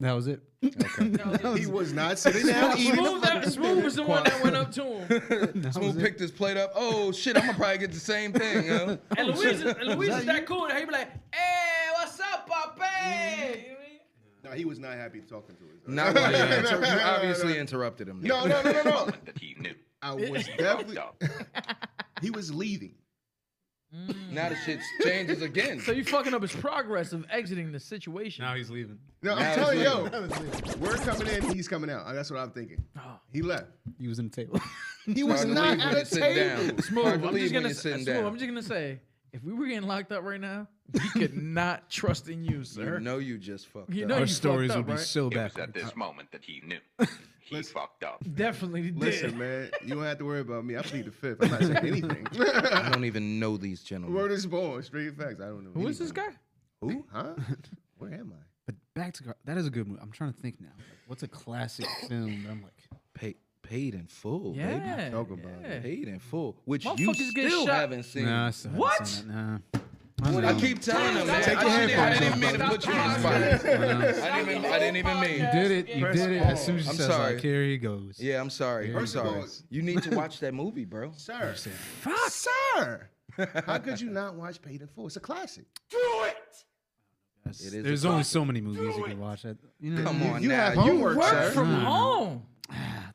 That was it. He was not sitting down eating. Smooth, that, Smooth was the one that went up to him. Smooth picked his plate up. Oh shit, I'm gonna probably get the same thing. Yo. And Luis, is- and Luis is that cool. He'd be like, hey, what's up, papi? You know what I mean? No, he was not happy talking to us. though. Not while you, inter- you obviously interrupted him. No, no, no, no, no. He knew. I was definitely. he was leaving. Now the shit changes again. So you fucking up his progress of exiting the situation. Now he's leaving. No, Now I'm it's telling you, yo, we're coming in, he's coming out. That's what I'm thinking. Oh. He left. He was in the table. He was Hard to not leave when at you're a sitting table. down. Smooth, Hard to I'm leave just when gonna you're say, sitting Smooth, down. I'm just gonna say, If we were getting locked up right now, we could not trust in you, You sir. know you just fucked You up. know Our fucked stories up, would be right? so It was at backward. this moment that he knew he fucked up. Definitely did. Listen, man, you don't have to worry about me. I plead the fifth. I'm not saying anything. I don't even know these gentlemen. Word is born. Straight facts. I don't know. Who is this anything. guy? Who? Huh? Where am I? But back to Gar- that is a good movie. I'm trying to think now. Like, what's a classic film? That I'm like, Paid, paid in full, baby. Yeah. Talk about it. yeah. Paid in full, which you Motherfuckers get still shot. haven't seen. nah, I still haven't What? seen that. Nah. I don't I know. keep telling them, man. Take I your shouldn't- I headphones didn't mean to off, put you bro. on the I spot. know. I didn't even, I didn't even mean. You did it. You did it. As soon as you I'm said, sorry. sorry. like, here he goes. Yeah, I'm sorry. I'm First of sorry. all- You need to watch that movie, bro. Sir. Fuck. Sir. How could you not watch Paid in Full? It's a classic. That's- It is a There's only so many movies you can watch. That you know, Come you- on you now. have you homework, work sir. From Nah. home.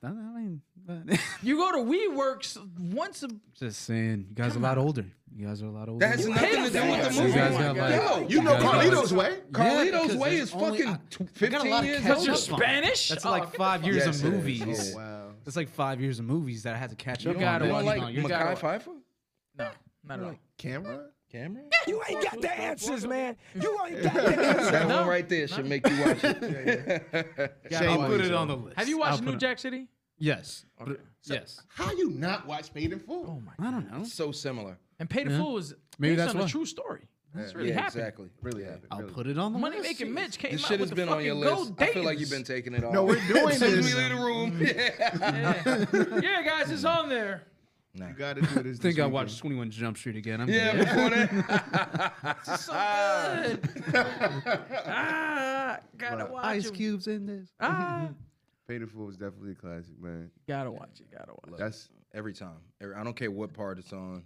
I mean, but- You go to WeWorks once a just saying, you guys are a lot older. You guys are a lot older. That has You nothing to hate do with the that. movie. You guys got Yo, like- you You know Yeah, I know. Carlito's way. Carlito's because Way there's is only- fucking I- tw- I got a 15 lot of years catch old. up You're on. Spanish? That's Oh, like get the five years Yes, of it is. movies. Yeah. Wow. That's like five years of movies that I had to catch You up gotta on. Oh, You don't watch- like man. No, you're- gotta Mackay watch. Pfeiffer? No, not at all. Camera? Camera? You ain't got the answers, man. You ain't got the answers. That No. one right there should make you watch it. I'll Shame put on it you. on the list. Have you I'll watched put New it- Jack City? Yes. But- yes. How you not watch Paid in Full? Oh my! I don't know. so similar. And Pay the Fool is Maybe based that's on a why. true story. That's really Yeah, happened. exactly. really happened. I'll really. put it on the Money list. Making Mitch came This out shit has with the been on your fucking list. Gold I feel like you've Datings. been taking it off. No, we're doing Since we this. leave the room. Yeah. yeah, guys, it's on there. You gotta do this. I think I watched 21 Jump Street again. I'm yeah, good. before that. It's so good. ah, gotta watch Ice it. Cube's in this. Ah, Paid in Full is definitely a classic, man. gotta watch it. Gotta watch it. That's Every time. Every, I don't care what part it's on.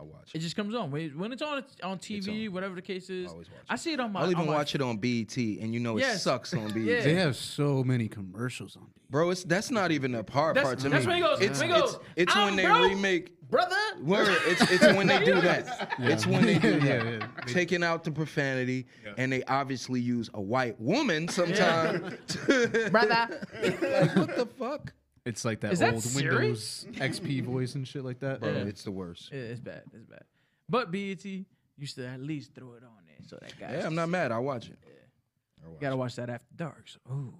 I watch It it. just comes on When- when it's on. It's on TV, whatever the case is. always watch I see it on my. I'll even on my- watch it on BET, and you know it Yes. sucks on BET. Yeah. They have so many commercials on. these. Bro, it's that's not even a hard That's- part to that's me. when he goes, It's, when he it's, goes, it's "I'm when they broke." remake. brother. Word, it's it's when they do that. It's when they do that. Yeah, yeah. Taking out the profanity, and they obviously use a white woman sometime. to- Brother. like, what the fuck? It's like that Is that old Siri? Windows XP voice and shit like that. Bro, Yeah. it's the worst. Yeah, it's bad. It's bad. But E BET used to at least throw it on there, so that guy. Yeah, I'm not mad. I watch it. Gotta watch that after dark. So, ooh.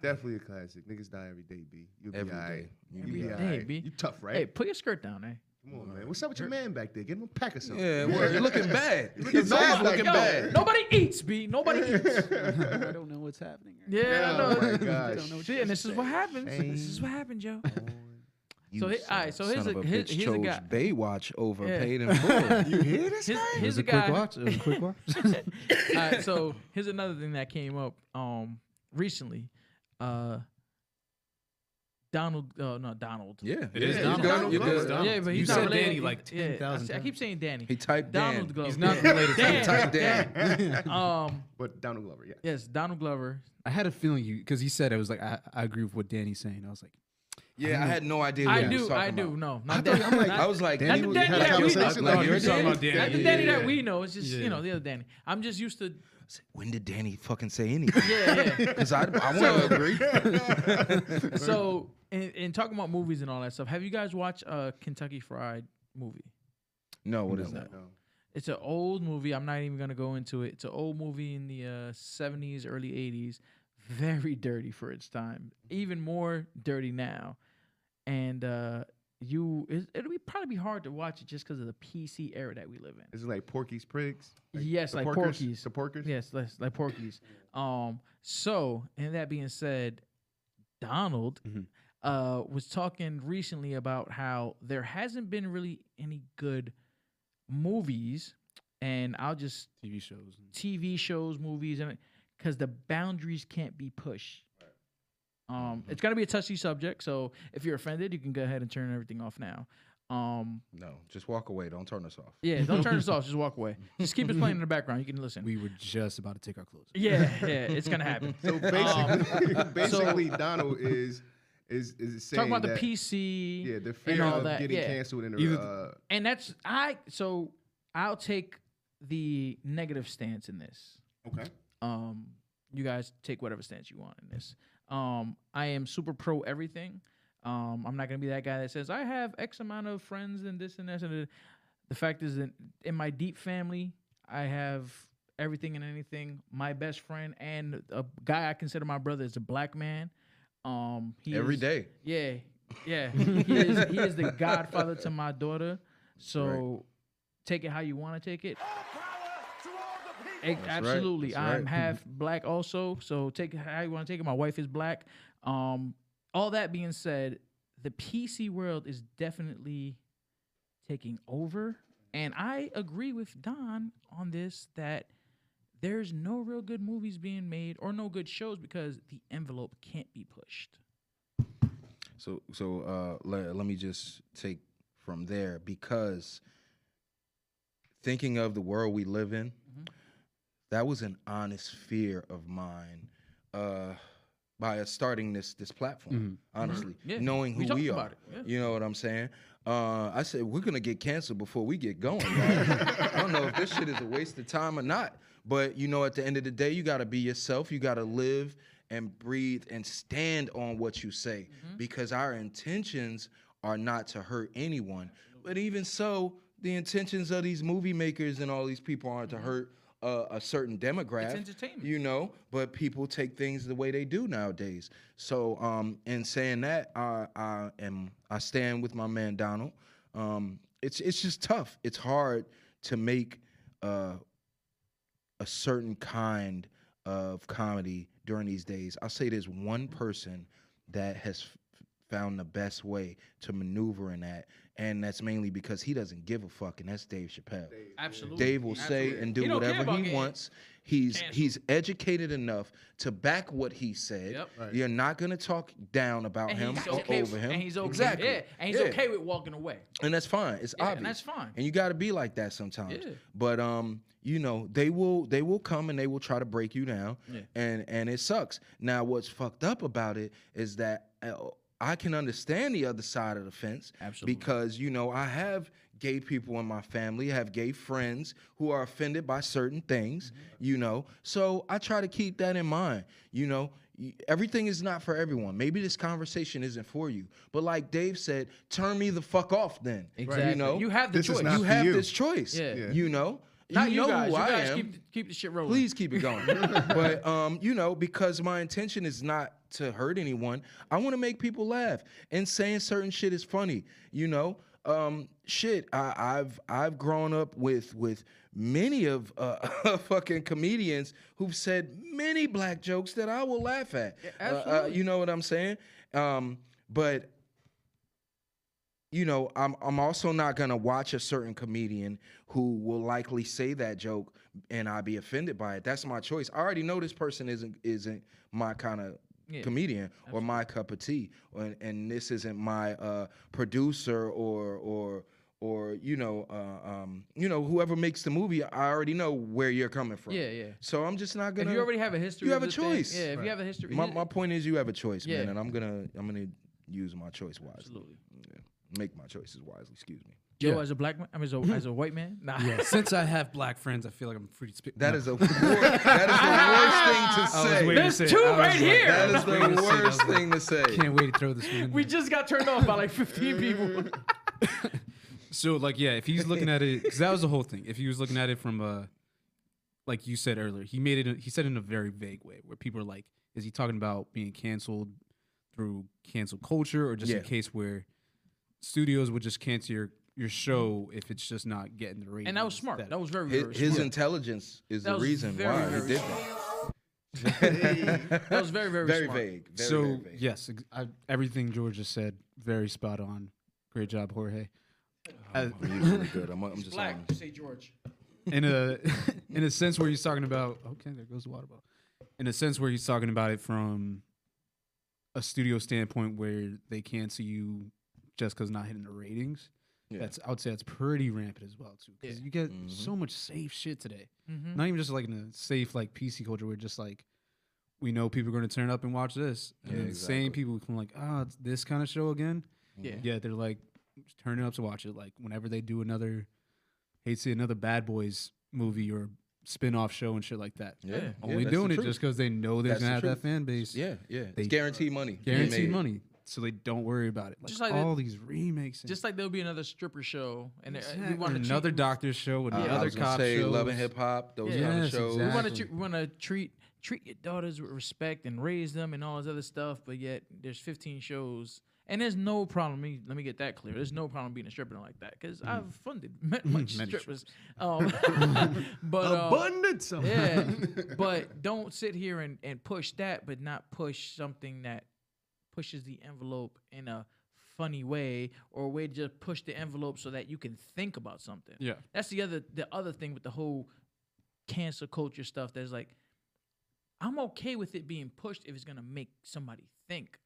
definitely a classic. Niggas die every day, B. You'll be Every all day. right. You Every be all day, right. alright. B. You tough, right? Hey, put your skirt down, eh? Come on, man. What's up with your man back there? Give him a pack or something. Yeah, word. You're looking bad. It's looking bad. looking Yo, bad. Nobody eats, B. Nobody eats. I don't know what's happening. Yeah, I Oh know. my gosh. Shit, and this is what happens. This is what happened, Joe. So he- all right, so here's a- here's- here's a guy- Baywatch over Yeah. paid in full. You hear this? Here's, here's Here's a a quick guy. watch. It was a quick watch. all right, so here's another thing that came up um recently. Uh Donald, uh, no Donald. yeah, It is yeah, Donald. You're good. It's You're Donald. good. Donald. Yeah, but You he's not said related. Danny like Yeah, I 10,000 see- I, keep saying Danny. He typed Donald Dan. Glover. He's not yeah. related to Dan. me. Type Dan. Um, But Donald Glover, yeah. yes, Donald Glover. I had a feeling you because he said it was like I, I agree with what Danny's saying. I was like, Yeah, I had no idea. What I he was do, talking I do. about. No, not thought- Danny. I'm like, not, I was like, Danny we Danny had a that we conversation know. about You're him. talking about Danny. not the Yeah, Danny yeah, that yeah. we know. It's just Yeah. you know the other Danny. I'm just used to. when did Danny fucking say anything? Yeah, yeah. Because I, I want to agree. so, in, in talking about movies and all that stuff, have you guys watched uh, Kentucky Fried movie? No, what is that? It's an old movie. I'm not even gonna go into it. It's an old movie in the uh, 70s, early 80s. Very dirty for its time. Even more dirty now. And uh, you, it, it'll be probably be hard to watch it just because of the PC era that we live in. Is it like Porky's Prigs? yes, the like Porkers? Porky's. The Porkers? Yes, like, like Porky's. Um, so, and that being said, Donald Mm-hmm. Mhm. uh, was talking recently about how there hasn't been really any good movies, and I'll just TV shows. and- TV shows, movies, and because the boundaries can't be pushed. Um, Mm-hmm. it's got to be a touchy subject. So if you're offended, you can go ahead and turn everything off now. Um, No, just walk away. Don't turn us off. yeah, don't turn this off. Just walk away. Just keep it playing in the background. You can listen. We were just about to take our clothes. off. Yeah, yeah, it's gonna happen. So Um, basically, basically Donald is is is saying talking about the that, PC, Yeah, the fear all of that, getting yeah. canceled in Either the uh, and that's I. So I'll take the negative stance in this. okay. Um, you guys take whatever stance you want in this. Um, I am super pro everything. Um, I'm not gonna be that guy that says I have X amount of friends and this and this and that. The fact is that in my deep family, I have everything and anything. My best friend and a guy I consider my brother is a black man. Um, he Every is- day. Yeah, yeah. he, is, he is the godfather to my daughter. So take it how you want to take it. Ex- That's right, Absolutely. that's I'm right. half black also. So take it how you want to take it. My wife is black. Um, all that being said, the PC world is definitely taking over. And I agree with Don on this that there's no real good movies being made or no good shows because the envelope can't be pushed. So so uh, let, let me just take from there because thinking of the world we live in, Mm-hmm. that was an honest fear of mine uh, by us starting this this platform. Honestly, Mm-hmm. Yeah, knowing we who talked we, are, about it, yeah. you know what I'm saying. Uh, I said we're gonna get canceled before we get going. dog." I don't know if this shit is a waste of time or not, but you know, at the end of the day, you gotta be yourself. You gotta live and breathe and stand on what you say because our intentions are not to hurt anyone. But even so, the intentions of these movie makers and all these people aren't to hurt uh, a certain demographic. entertainment. You know, but people take things the way they do nowadays. So, um, in saying that, I, I am I stand with my man Donald. Um, it's it's just tough. It's hard to make uh, a certain kind of comedy during these days. I'll say there's one person that has f- found the best way to maneuver in that, and that's mainly because he doesn't give a fuck, and that's Dave Chappelle. Absolutely. Dave will say and do He don't care whatever about he getting wants. He's canceled. he's educated enough to back what he said. Yep. You're not gonna talk down about him he's or okay over with- him. And he's okay. Exactly. Yeah. And he's Yeah. okay with walking away. And that's fine. It's Yeah, obvious. and that's fine. And you got to be like that sometimes. Yeah. But um, you know, they will they will come and they will try to break you down. Yeah. And and it sucks. Now, what's fucked up about it is that uh, I can understand the other side of the fence. Absolutely. Because you know I have gay people in my family, I have gay friends who are offended by certain things. Mm-hmm. You know, so I try to keep that in mind. You know. y- Everything is not for everyone. Maybe this conversation isn't for you. But like Dave said, turn me the fuck off then. You know, You have the This is choice. not you for have you. this choice. Yeah. Yeah. You know, Not you you, know guys. who you I guys am. keep the- keep the shit rolling. Please keep it going. but um, you know, because my intention is not to hurt anyone. I want to make people laugh, and saying certain shit is funny. You know, um, shit. I, I've I've grown up with with many of uh, fucking comedians who've said many black jokes that I will laugh at. absolutely. you know what I'm saying? Um, but you know, I'm I'm also not gonna watch a certain comedian who will likely say that joke and I be offended by it. That's my choice. I already know this person isn't isn't my kind of Yeah. comedian or my cup of tea, and, and this isn't my uh, producer or or or you know uh, um, you know whoever makes the movie. I already know where you're coming from. Yeah, yeah. So I'm just not If gonna. you already have a history, You of have a the thing- choice. Yeah. If you have a history, My, my point is, you have a choice, man, Yeah. and I'm gonna I'm gonna use my choice wisely. absolutely. Make my choices wisely. Excuse me. Joe, as a black man, I mean, as a, as a white man, nah. Yeah, since I have black friends, I feel like I'm free to speak. That is a that is the worst thing to say. There's two right here. That is I was the waiting to worst say that. thing to say. Can't wait to throw this one. In We there. just got turned off by like 15 people. So like yeah, if he's looking at it, because that was the whole thing. If he was looking at it from a, like you said earlier, he made it. He said it in a very vague way where people are like, is he talking about being canceled through cancel culture or just a Yeah. case where studios would just cancel your your show if it's just not getting the ratings? And that was smart. That was very, Hi- very His smart. intelligence is That the was reason very, why very he did that. that was very, very, Very smart. vague. Very, so very vague. yes, ex- I, everything George just said, very spot on. Great job, Jorge. Oh, Uh, I'm usually good. I'm, I'm just Black, um, say George. in a in a sense where he's talking about okay, there goes the water bottle. In a sense where he's talking about it from a studio standpoint where they cancel you just because not hitting the ratings. That's I would say that's pretty rampant as well too because you get so much safe shit today. Not even just like in a safe like PC culture where just like we know people are going to turn up and watch this. And then the same people can like ah it's this kind of show again. Yeah. yeah, they're like turning up to watch it. Like whenever they do another hate to see another Bad Boys movie or spin-off show and shit like that. yeah, Only yeah, that's doing the it truth. just because they know they're That's gonna the have truth. that fan base. Yeah, yeah. They- It's guaranteed money. They Guaranteed made it. money. so they don't worry about it. Like, Just like all that- these remakes. And Just like there'll be another stripper show, and there- we Exactly. want to another treat, doctor's show with Uh, I another was gonna cop say show. Love and Hip Hop, those Yeah. kind of Yes, shows. We want Exactly. to we want to treat treat your daughters with respect and raise them and all this other stuff, but yet there's 15 shows. And there's no problem. Let me, let me get that clear. There's no problem being a stripper like that because I've funded m- much Mm. Many strippers. Um, but uh, Abundance of yeah, but don't sit here and, and push that, but not push something that pushes the envelope in a funny way or a way to just push the envelope so that you can think about something. Yeah. That's the other the other thing with the whole cancer culture stuff that's like I'm okay with it being pushed if it's gonna make somebody think.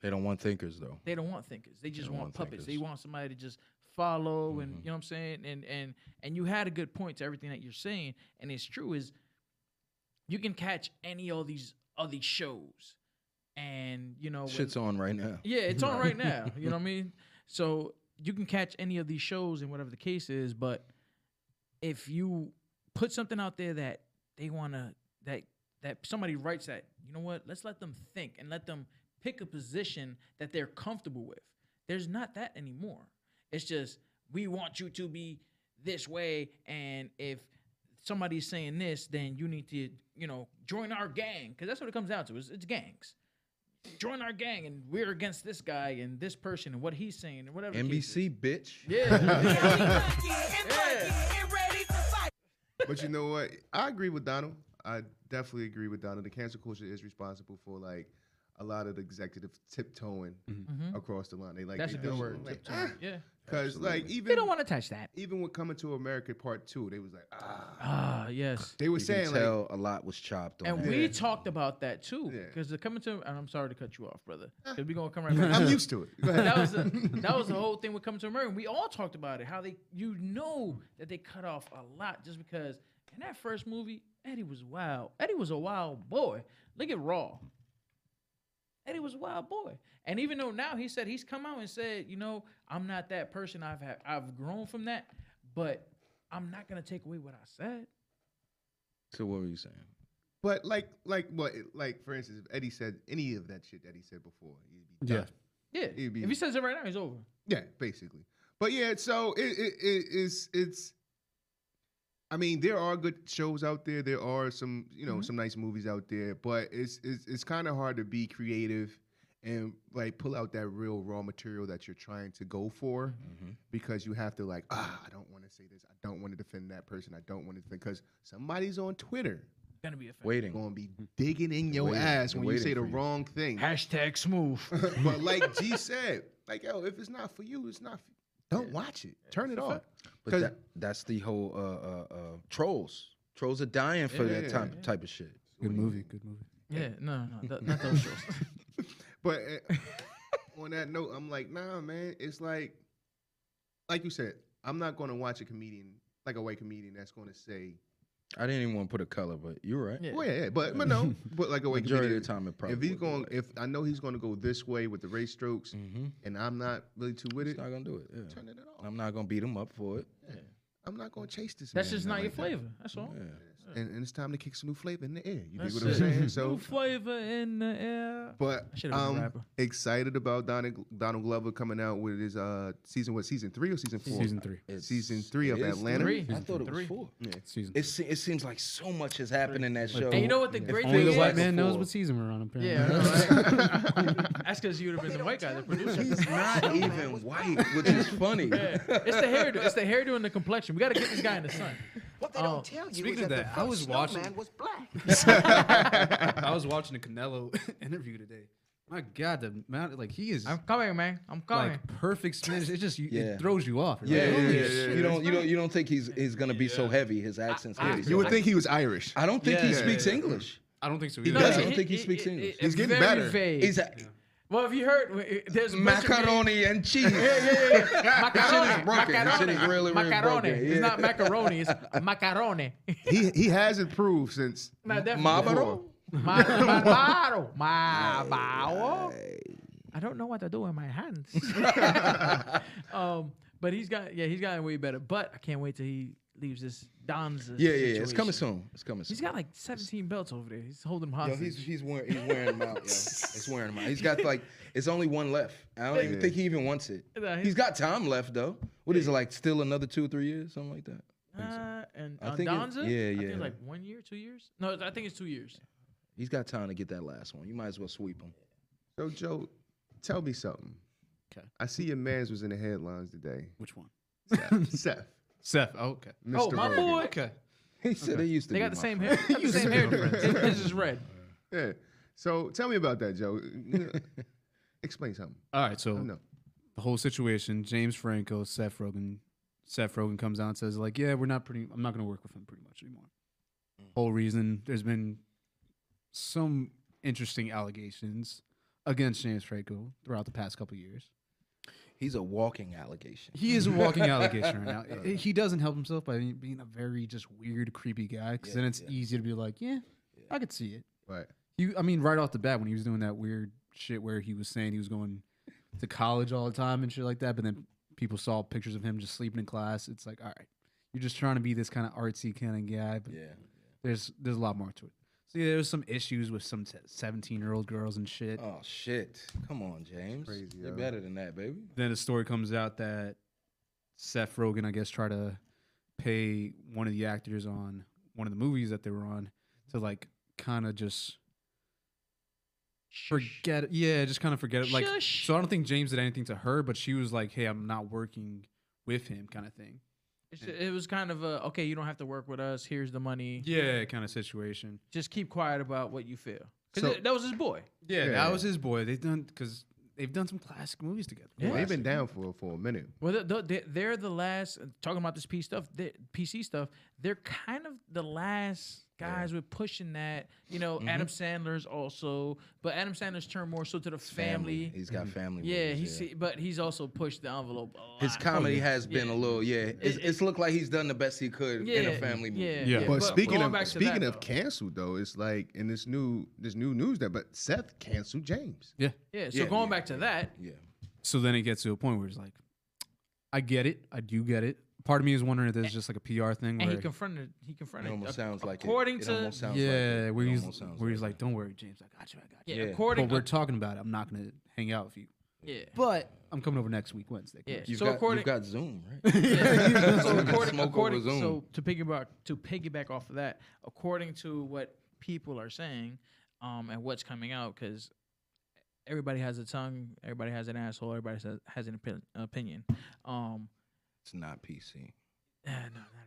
They don't want thinkers though. They don't want thinkers. They just don't want, want puppets. They thinkers. want somebody to just follow and you know what I'm saying? And and and you had a good point to everything that you're saying, and it's true is you can catch any of these of these shows. And you know when- Shit's on right now. yeah, it's on right now. You know what I mean? So you can catch any of these shows and whatever the case is, but if you put something out there that they wanna that that somebody writes that, you know what? Let's let them think and let them pick a position that they're comfortable with. There's not that anymore. It's just we want you to be this way, and if somebody's saying this, then you need to, you know, join our gang because that's what it comes down to. It's, it's gangs join our gang and we're against this guy and this person and what he's saying and whatever. the case is. NBC bitch. Yeah. but you know what? I agree with Donald. I definitely agree with Donald. The cancer culture is responsible for like a lot of the executive tiptoeing Mm-hmm. across the line. They like Mm-hmm. That's they a good don't- word. like, tiptoe. Yeah. Cause like even They don't want to touch that. even with coming to America part two, they was like ah. Ah, yes. They were You can saying like tell a lot was chopped on And that. we talked about that too. Yeah. Ah. Because they're coming to, and I'm sorry to cut you off, brother. Because we're going to come right back. I'm used to it. Go ahead. that was the, that was the whole thing with coming to America. We all talked about it. How they you know that they cut off a lot just because in that first movie Eddie was wild. Eddie was a wild boy. Look at Raw. Eddie was a wild boy. And even though now he said he's come out and said, you know, I'm not that person. I've had, I've grown from that, but I'm not gonna take away what I said. So what were you saying? But like like what like for instance, if Eddie said any of that shit that he said before, he'd be Yeah. done. Yeah. It'd be- if he says it right now, he's over. Yeah, basically. But yeah, so it, it, it it's it's. I mean, there are good shows out there. There are some you know some nice movies out there, but it's it's it's kind of hard to be creative and like pull out that real raw material that you're trying to go for Mm-hmm. because you have to like ah I don't want to say this I don't want to defend that person I don't want to because somebody's on Twitter Gonna be a fan. Waiting. gonna be digging in your Hmm. Waiting- ass when you waiting say the for you. wrong thing Hashtag smooth. but like G said, like yo, if it's not for you, it's not. For Don't watch it. Turn it off. But 'Cause- that, that's the whole uh, uh, uh, trolls. Trolls are dying for that Yeah. type, type of shit. Good movie. Good movie. yeah, no, no, th- not those shows. But uh, on that note, I'm like, nah, man. It's like, like you said, I'm not gonna watch a comedian like a white comedian that's gonna say, I didn't even want to put a color, but you're right. Yeah. well, yeah, yeah, but but no, but like a white Majority comedian. of the time, it probably. if he's would be going, like- if I know he's going to go this way with the race strokes, Mhm. and I'm not really too with he's it, not gonna do it. yeah. turn it off. I'm not gonna beat him up for it. I'm not going to chase this. That's man just now not your like that. flavor. That's all. Yeah. And, and it's time to kick some new flavor in the air. You dig That's what I'm it. saying? So New flavor in the air. But I should've been a I'm rapper. excited about Donald, Donald Glover coming out with his uh season what season three or season four? Season three. It's- Season three of it is Atlanta. Three. I thought it was Three. four. Season. It, se- it seems like so much has happened in that show. And you know what the great Only thing the is? white man knows what season we're on. Apparently. Yeah, I know, right? that's because you would have been the white guy, the producer. He's not even white, which is funny. Yeah. It's the hairdo. It's the hairdo and the complexion. We got to get this guy in the sun. What they don't Oh, tell you speaking is of that the that, I first was watching- snowman was black. I was watching a Canelo interview today. My God, the amount like he is I'm coming, man. I'm coming. like perfect Spanish. It just you Yeah. it throws you off. right? Yeah, yeah, Holy yeah, shit. You don't, you don't, you don't think he's he's gonna be so heavy. His accent's gonna be so You would heavy. think he was Irish. I don't think he Yeah. speaks English. I don't think so. does. Either. I don't think he speaks English. He's getting very better. Vague. He's a, well, if you heard, w- i- there's a bunch of macaroni and cheese. names. macaroni, broken. This shit macaroni, is really, really macaroni. broken. It's Yeah. not macaroni. It's macaroni. He he has improved since. Not that Marlboro? My, my bottle. My bottle. I don't know what to do with my hands. um, but he's got yeah, he's gotten way better. But I can't wait till he leaves this Donza. Yeah, yeah, yeah. It's coming situation. soon. It's coming soon. He's got like 17 belts over there. He's holding them Yo, hostage. he's he's wearing he's wearing them out. Yo. It's wearing them out. He's got like it's only one left. I don't even think he even wants it. Nah, he- He's got time left though. What is it like? Still another two, three years, something like that. uh, and I on think it- Donza, yeah, I think yeah. it's like one year, two years. No, I think it's two years. He's got time to get that last one. You might as well sweep him. So Joe, tell me something. 'Kay. I see your man's was in the headlines today. Which one? Seth. Seth. Oh, okay. Mr. Oh, my Rogan. boy. Okay. He said they used to. They be got the my same friend. hair. they got the same hair Friend. difference. It's just red. Yeah. So tell me about that, Joe. Explain something. All right. So I don't know. the whole situation, James Franco, Seth Rogen, Seth Rogen comes out and says like, yeah, we're not pretty. I'm not going to work with him pretty much anymore. Whole reason there's been some interesting allegations against James Franco throughout the past couple years. He's a walking allegation. He is a walking allegation right now. I- I- He doesn't help himself by being- being a very just weird, creepy guy. Because then it's easy to be like, yeah, I could see it. Right. He, I mean, right off the bat when he was doing that weird shit where he was saying he was going to college all the time and shit like that, but then people saw pictures of him just sleeping in class. It's like, all right, you're just trying to be this kind of artsy kind of guy, but Yeah. there's there's a lot more to it. So yeah, there's some issues with some 17 year old girls and shit. Oh shit! Come on, James. Crazy, You're yo. better than that, baby. then a story comes out that Seth Rogen, I guess, tried to pay one of the actors on one of the movies that they were on to like kind of just forget it. Yeah, just kind of forget it. Like, Shush. so I don't think James did anything to her, but she was like, "Hey, I'm not working with him," kind of thing. It's- It was kind of a okay. You don't have to work with us. Here's the money. Yeah, kind of situation. Just keep quiet about what you feel. Cause So- it- that was his boy. Yeah, Yeah. that was his boy. They've done because they've done some classic movies together. Well, they've been down for for a minute. Well, they're- they're, they're- they're the last. Talking about this PC stuff, they- PC stuff. They're kind of the last guys with pushing that. You know, Adam Sandler's also, but Adam Sandler's turned more so to the family. He's got family. yeah, rules, he's but he's also pushed the envelope. A His lot. comedy has been Oh, Yeah. a little, yeah. It's, it- it's looked like he's done the best he could in a Yeah, family movie. yeah, Yeah. yeah. But, But speaking going of back to speaking that, of though. canceled though, it's like in this new this new news that but Seth canceled James. Yeah. Yeah. So Yeah, going yeah, back to that, Yeah. So then it gets to a point where it's like, I get it. I do get it. Part of me is wondering if there's just like a PR thing. and where he confronted. He confronted. It almost ac- sounds like it. according It to almost sounds like yeah, it. where It he's almost sounds where he's like like, "Don't worry, James, I got you, I got you." yeah, yeah. according But we're to talking about it. I'm not gonna hang out with you, yeah. but I'm coming over next week Wednesday. Yeah. You've so got, according, you've got Zoom, right? so according, Smoke over according- Zoom. so to piggyback to piggyback off of that, according to what people are saying, um, and what's coming out, because everybody has a tongue, everybody has an asshole, everybody has, has an opin- opinion. Um, it's not PC. eh,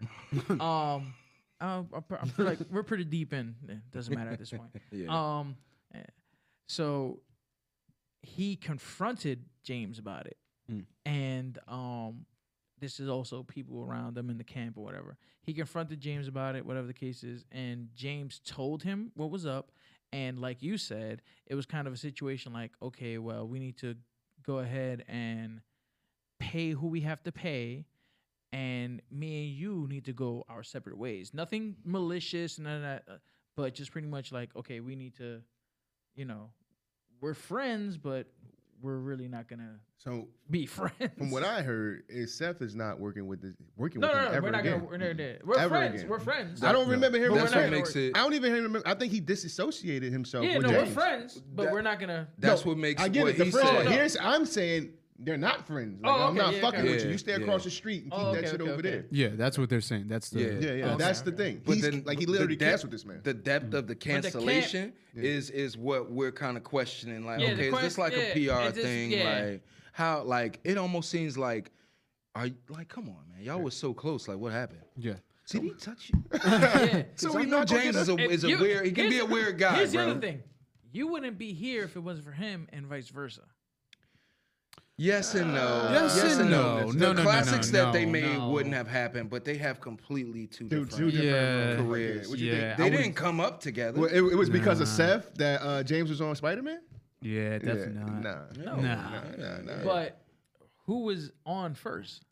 no, not at all. um, I, I, pr- I feel like we're pretty deep in. It doesn't matter at this point. Yeah. Um, eh, so he confronted James about it, Mm. and um, this is also people around them in the camp or whatever. He confronted James about it, whatever the case is, and James told him what was up. And like you said, it was kind of a situation like, okay, well, we need to go ahead and pay who we have to pay, and me and you need to go our separate ways. Nothing malicious, none of that, uh, but just pretty much like, okay, we need to, you know, we're friends, but we're really not gonna So be friends. from what I heard, is Seth is not working with this working no, with no, him no, ever we're not again. gonna, we're not gonna, we're Ever friends, again. we're friends. I don't remember him. That's we're what not- makes it. I don't even remember. I think he disassociated himself. Yeah, with no, we're James. friends, but That- we're not gonna. That's what makes. I get what it. The he friends. said. No, no. Here's I'm saying they're not friends. Like, Oh, I'm okay, not yeah, fucking okay. with you. Yeah, You stay yeah. across the street and keep Oh, that okay, shit okay, over okay. there. Yeah, that's what they're saying. That's the Yeah. Yeah, yeah, Okay, that's the okay. thing. He's, like he literally the depth- canceled this man. The depth of the camp- cancellation is is what we're kind of questioning. Like, Yeah, the okay, is this quest- like yeah, a it PR just- thing? yeah. Like, how? Like, it almost seems like, are you, like, come on, man, y'all were so close. Like, what happened? yeah. Did he touch you? Yeah. So I we know not gonna James get is a, If is a you- weird. He can be here's- a weird guy, Here's bro. the other thing: you wouldn't be here if it wasn't for him, and vice versa. Yes and no. Yes and no. The No, no, no, classics no, that they no, made no. wouldn't have happened, but they have completely two Dude, two different. different Yeah. careers. What you think? Yeah, They I would- didn't come up together. Well, it, it was because of Nah. Seth that uh, James was on Spider Man. yeah, definitely not. Nah. Nah. Nah, nah. But who was on first?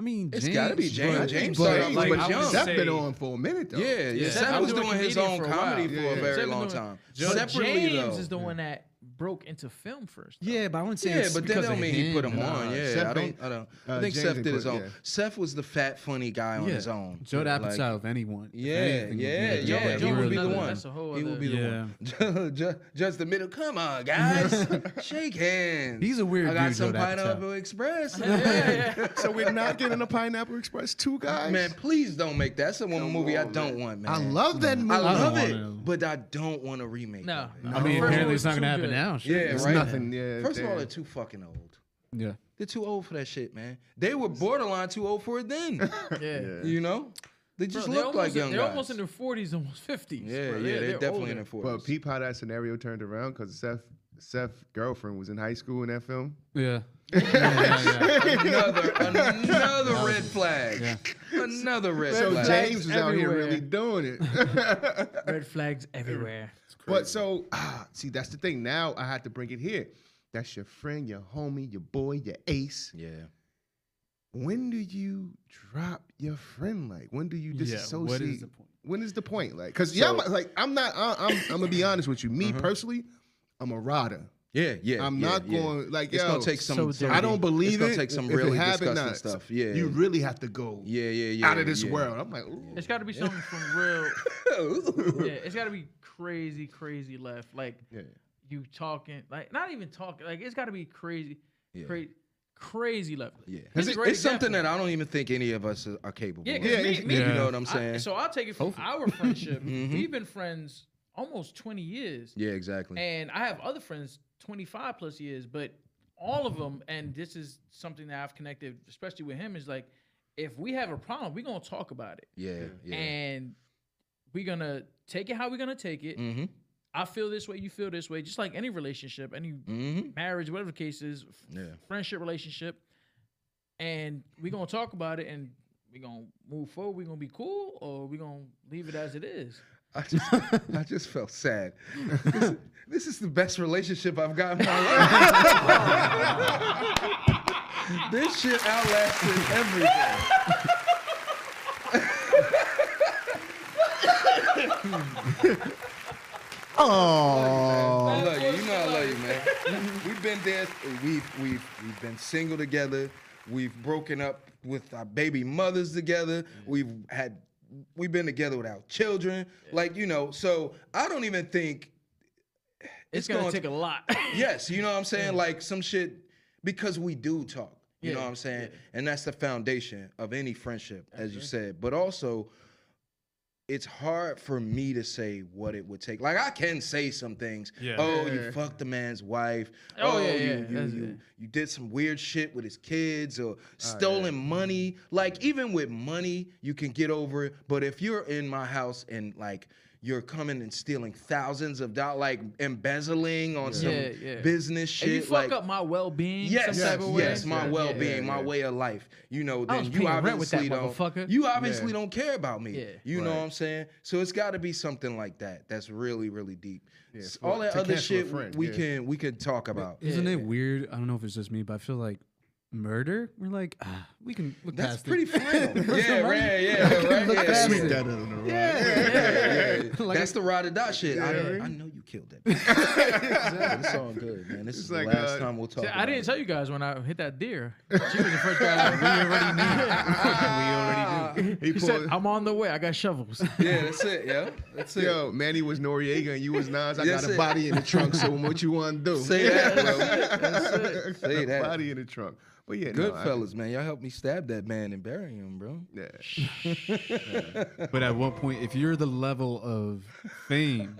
I mean, It's gotta be James. but- James but, started out like, with I would Young. Seth say- been on for a minute though. Yeah, yeah. Seth Seth was was doing doing his comedian own for a while. comedy for Yeah, a yeah. very Seth was long doing- time. But Separately, James though. is the one that broke into film first. though. Yeah, but I wouldn't say Yeah, it's but that because don't of mean he put him him. on. Nah, Yeah, Seth I don't. ain't- I don't. uh, I think James Seth ain't did his put- own. yeah. Seth was the fat funny guy on Yeah. his own. Joe Like, Apatow, if anyone. if Yeah, anything, would be yeah, Joe yeah. Apatow. He would be the another- one. that's a whole He would be other- the one. just, just the middle. Come on, guys, shake hands. He's a weird I got dude, Joe some Apatow. pineapple express. yeah, yeah. So we're not getting a Pineapple Express two guys. Man, please don't make that. That's the one movie I don't want, man. I love that movie. I love don't it, wanna- but I don't want to remake. No. of it. no. I mean, First one apparently was it's not too gonna happen good. now. Yeah, shit. It's right. nothing. Yeah. First of all, damn. they're too fucking old. Yeah. They're too old for that shit, man. They were borderline too old for it then. Yeah. you know, they just Bro, they're look like almost- young They're guys. almost in their 40s, almost 50s. yeah, bro. yeah, they're, definitely older. in their forties. But peep how that scenario turned around because Seth Seth's girlfriend was in high school in that film. Yeah. yeah, yeah, yeah. another another red flag. Another red So flag. James was out here everywhere. really doing it. Red flags everywhere. but so ah, see, that's the thing. Now I have to bring it here. That's your friend, your homie, your boy, your ace. yeah. When do you drop your friend? Like when do you disassociate? What is the point? when is the point? Like, cause yeah, I'm, like I'm not. I, I'm. I'm gonna be honest with you. Me Uh-huh. personally, I'm a rider. Yeah, yeah. I'm yeah, not yeah. going like It's yo, gonna take some. so some- I don't believe it's it. gonna take some if it really happen, disgusting nah, stuff. Yeah. You really have to go yeah, yeah, yeah. out of this yeah. world. I'm like, ooh. It's got to be something from real. yeah, it's got to be crazy, crazy left. Like Yeah. you talking, like not even talking. Like it's got to be crazy, Yeah. cra- crazy left. Yeah. Here's It's, a great it's something example. that I don't even think any of us are capable Yeah, of. 'cause me- me- You know what I'm I- saying? so I'll take it from Hopefully. our friendship. Mhm. We've been friends almost 20 years, yeah, exactly. and I have other friends 25 plus years, but all of them, and this is something that I've connected, especially with him, is like if we have a problem, we're gonna talk about it. yeah, yeah. and we're gonna take it how we're gonna take it. Mm-hmm. I feel this way, you feel this way, just like any relationship, any Mm-hmm. marriage, whatever the case is, f- Yeah. friendship, relationship, and we're gonna talk about it and we're gonna move forward. We're gonna be cool, or we're gonna leave it as it is. I just, I just felt sad. This, this is the best relationship I've got in my life. this shit outlasted everything. oh, I love you. You know I love you, man. We've been there. We've we've we've been single together. We've broken up with our baby mothers together. We've had we've been together without children. Like you know, so I don't even think It's, gonna, gonna- take a lot. Yes, you know what I'm saying? Like some shit because we do talk. You know Yeah, what I'm saying? And that's the foundation of any friendship, as you said. But also, it's hard for me to say what it would take. Like I can say some things. Yeah. Oh, you fucked the man's wife. Oh, yeah, yeah, you you, that's you, it. you did some weird shit with his kids Oh, or stolen Mm-hmm. money. Like even with money, you can get over it. But if you're in my house and like you're coming and stealing thousands of dollars, like embezzling on some Yeah, yeah. business if shit, you fuck like up my well being, yes, some type yes, of way, yes, my yeah, well-being, yeah. my way of life. You know, I was then you paying rent with that obviously motherfucker. don't. You obviously don't care about me. Yeah. You know Right. what I'm saying? So it's got to be something like that. That's really, really deep. S- for- All that to other cancel a shit friend, we yeah. can we can talk about. Isn't it weird? I don't know if it's just me, but I feel like murder. We're like, ah, we can look That's past pretty it. final. yeah, right. Yeah, right. Yeah, past yeah. it. that on the road. Yeah, yeah. Like that's I- the ride or die shit. I, Yeah. I know you killed that. bitch. it's all good, man. This is like, the last uh, time we'll talk. See, I about didn't it. tell you guys when I hit that deer. She was the first guy we already knew. we already knew. He He said, pulled, "I'm on the way. I got shovels." Yeah, that's it. Yeah, that's it. yo, Manny was Noriega and you was Nas. I That's got a it. body in the trunk. So what you want to do? Say that, bro. That's it. Say that. Body in the trunk. But yeah, no, I- Goodfellas, man. Y'all helped me stab that man and bury him, bro. yeah. But at one point, if you're the level of fame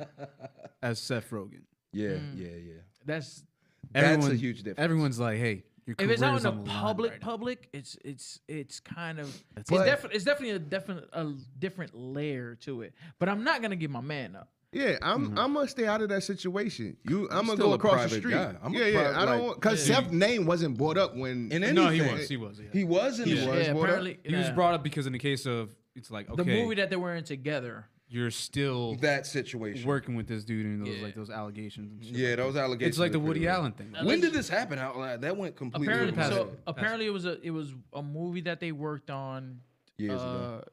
as Seth Rogen, Yeah, yeah, yeah. That's That's a everyone, huge difference. Everyone's like, hey, your if career it's out in is the on the line public, right now. public, it's it's it's kind of it's, But- defi- it's definitely a definite a different layer to it. But I'm not gonna give my man up. Yeah, I'm. I'm gonna stay out of that situation. You, I'm, gonna still go a across the private street. guy. I'm a yeah, yeah. private, I don't like- want because Seth's name wasn't brought up when. In anything. No, he was. He was. Yeah. He was in was. the yeah, brought up? apparently He was yeah. brought up because in the case of it's like the okay, movie that they were in together. you're still that situation. working with this dude and those Yeah. like those allegations. And shit Yeah, like that. those allegations. It's like the are pretty Woody real. Allen thing. When did this happen? Out loud? That went completely. Apparently, over my so head. apparently it was a it was a movie that they worked on Years uh, ago.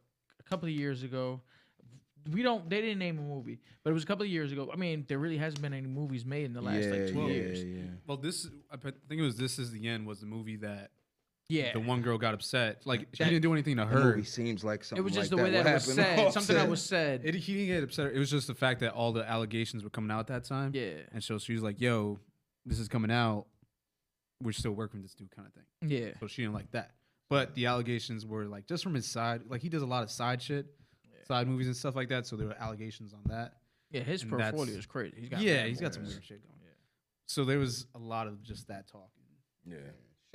a couple of years ago. we don't. They didn't name a movie, but it was a couple of years ago. I mean, there really hasn't been any movies made in the last like two years. yeah. Well, this I pe- think it was this is the end was the movie that Yeah, the one girl got upset. Like she That- didn't do anything to The her. movie seems like something. it was just like the way that, would it was happen. said. Something that was said. It, he didn't get upset. It was just the fact that all the allegations were coming out at that time. yeah, And so she was like, "Yo, this is coming out. We're still working with this dude, kind of thing." yeah. So she didn't like that. But the allegations were like just from his side. Like he does a lot of side shit, side movies and stuff like that. So there were allegations on that. Yeah, his And that's- portfolio is crazy. He's got yeah, mad he's got some movies. weird shit going. So there was a lot of just that talk. Yeah.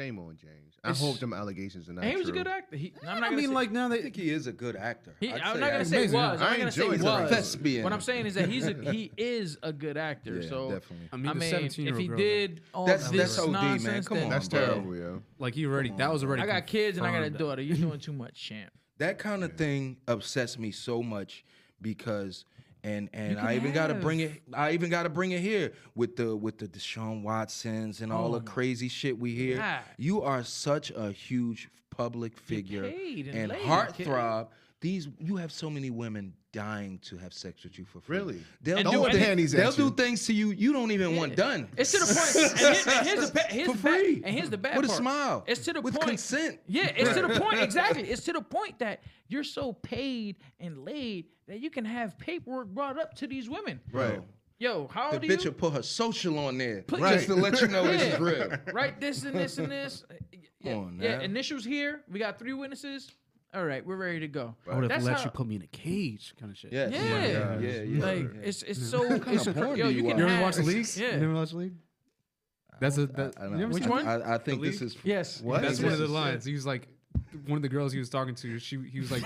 Shame on James. I It's- hope them allegations are not And he was a true. good actor. He, I'm I not gonna mean, say, like now I they think he is a good actor. he, I'd I'm not gonna act- say was. amazing, huh? I I'm not gonna say enjoy was. his acting. Thespian. What I'm saying is that he's a, he is a good actor. Yeah, so definitely. I mean, I the mean, if 17 year he old girl, did all That's- this that's OD, man. nonsense, Come then- on, That's bro. terrible, yo. like he already that was already. I got kids and I got a confirmed. daughter. You're doing too much, champ. That kind of thing upsets me so much because and and can I even gotta have- bring it I even gotta bring it here with the with the Deshaun Watsons and Oh. all the crazy shit we hear. God. You are such a huge public figure paid and and laid, kid. heartthrob. These you have so many women dying to have sex with you for free. Really? They'll And do throwing things- panties at They'll you. do things to you you don't even want done. It's to the point. And, here- and here's the pa- here's For the bad, free. And here's the bad With a part. smile. It's to the With point. consent. Yeah, it's to the point. Exactly. It's to the point that you're so paid and laid that you can have paperwork brought up to these women. Right. Yo, how The old are bitch you? will put her social on there Put- just to let you know Yeah. it's real. Right. This and this and this. Yeah. on yeah. now. Initials here. We got three witnesses. All right, we're ready to go. I would have That's let how- you put me in a cage, kind of shit. Yes. Yeah. Yeah. Yeah. Yeah. yeah. Like it's it's so it's, porn cra- do yo, you you watch? You can have- ever watch the leagues? Yeah. You never watch the league? That's a that, I don't you know. ever Which seen- one? I, I think this is Yes. What? That's Yes. one of the Yes. lines. He was like, one of the girls he was talking to, she he was like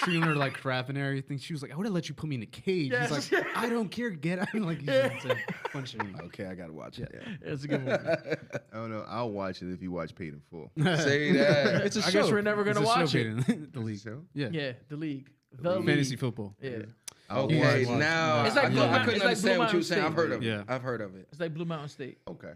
treating her like crap and everything. She was like, I would have let you put me in a cage. Yes. He's like, I don't care, get out. Like, he's just a bunch of Okay, I gotta watch it. It's a good movie. I don't know. I'll watch it if you watch Paid in Full. Yeah. Say that. It's a I guess we're never It's gonna a watch show, it. Jaden. the league. So Yeah. Yeah, the league. The league. Fantasy football. Yeah. I'll okay, watch it. now It's like I, Blue cou- I Mountain- couldn't it's like understand Blue what you were saying. I've Mountain heard of State. it. I've heard of it. It's like Blue Mountain State. Okay.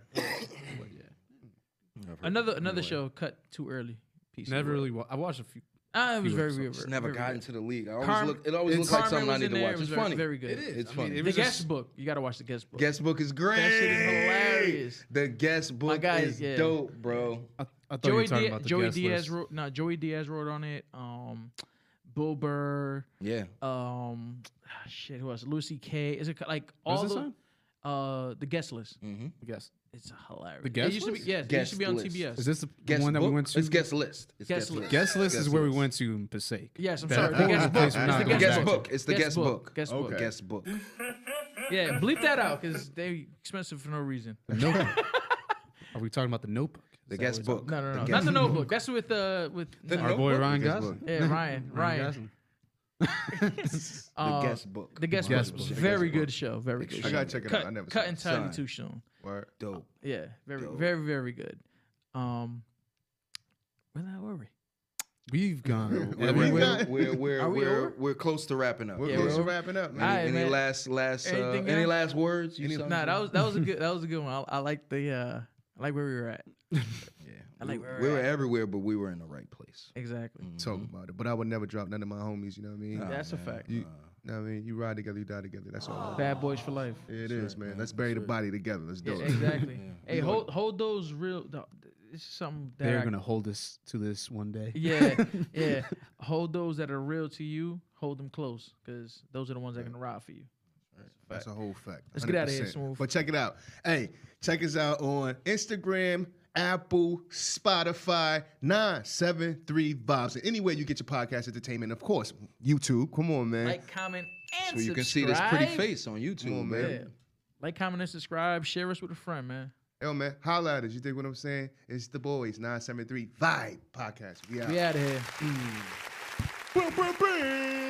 Another another show cut too early. Piece. of Never work. really. Wa- I watched a few. Ah, it was few very episodes. weird. Just never very got weird. into the league. I always Carm- look. It always It's- looks like Carmen something I was need in to there. watch. It It's was very- funny. very good. It is. It's funny. The guest book. You gotta watch the guest book. guest book is great. shit is hilarious. The guest book guy is is- yeah. dope, bro. I, I thought you were Joey, talking Dia- about the Joey guest Diaz list. wrote. No, Joey Diaz wrote on it. Um, Bill Burr. Yeah. Um, shit. Who else? Lucy K. Is it co- like all this the on? uh the guest list? The guest. It's hilarious. Mm-hmm. The guest it used to be list? yes. it Guest used to be on list. TBS. Is this the Guest one that we book? went to? It's guest list. It's Guest guest list. list. Guest list Guest is where we list. went to in Passaic. Yes, I'm That- sorry. The that was guest the place book. we're It's not the going guest back book. to. It's the guest book. Guest book. Okay. Guest book. Yeah, bleep that out because they expensive for no reason. The notebook. Are we talking about the notebook? The guest book. No, no, no, The not guest the notebook. That's with uh with no. Our boy Ryan Guest Gosling. yeah Ryan Ryan. Gosling. uh, The guest book. The guest, Guest book. book. Very good show. Very good. I show. gotta check it cut, out. I never cut saw it. entirely Son. too soon. Word. Dope. Yeah, very Dope. very very good. Um, where the hell were we? We've gone We're we everywhere. got- we're we're we're, Are we we're, over? we're close to wrapping up. We're Yeah, close to bro. wrapping up, Any, man. Alright, any man. last last uh, Anything any else? last words? You saw Nah, something? that was that was a good that was a good one. I, I like the uh I like where we were at. yeah. I like where we we're were at. everywhere, but we were in the right place. Exactly. Talk about it. But I would never drop none of my homies, you know what I mean? Nah, That's a man. fact. You know what I mean? You ride together, you die together. That's all. Bad boys for life. Yeah, It is, man. Let's bury the body together. Let's do Yeah, it. exactly. Hey, hold hold those real. th- It's something that They're I- gonna hold us to this one day. Yeah, yeah. Hold those that are real to you. Hold them close, cause those are the ones that can ride for you. That's a whole fact. Let's get outta here, 100%. Smooth. But check it out. Hey, check us out on Instagram, Apple, Spotify, 973 Vibes. And anywhere you get your podcast entertainment, of course, YouTube. Come on, man. Like, comment, and So you can see this pretty face on YouTube, on, man. man. Yeah. Like, comment, and subscribe. Share us with a friend, man. Yo, man, holla at us. You dig what I'm saying? It's the boys, 973 Vibe Podcast. We out. We out of here. Boom, boom, boom.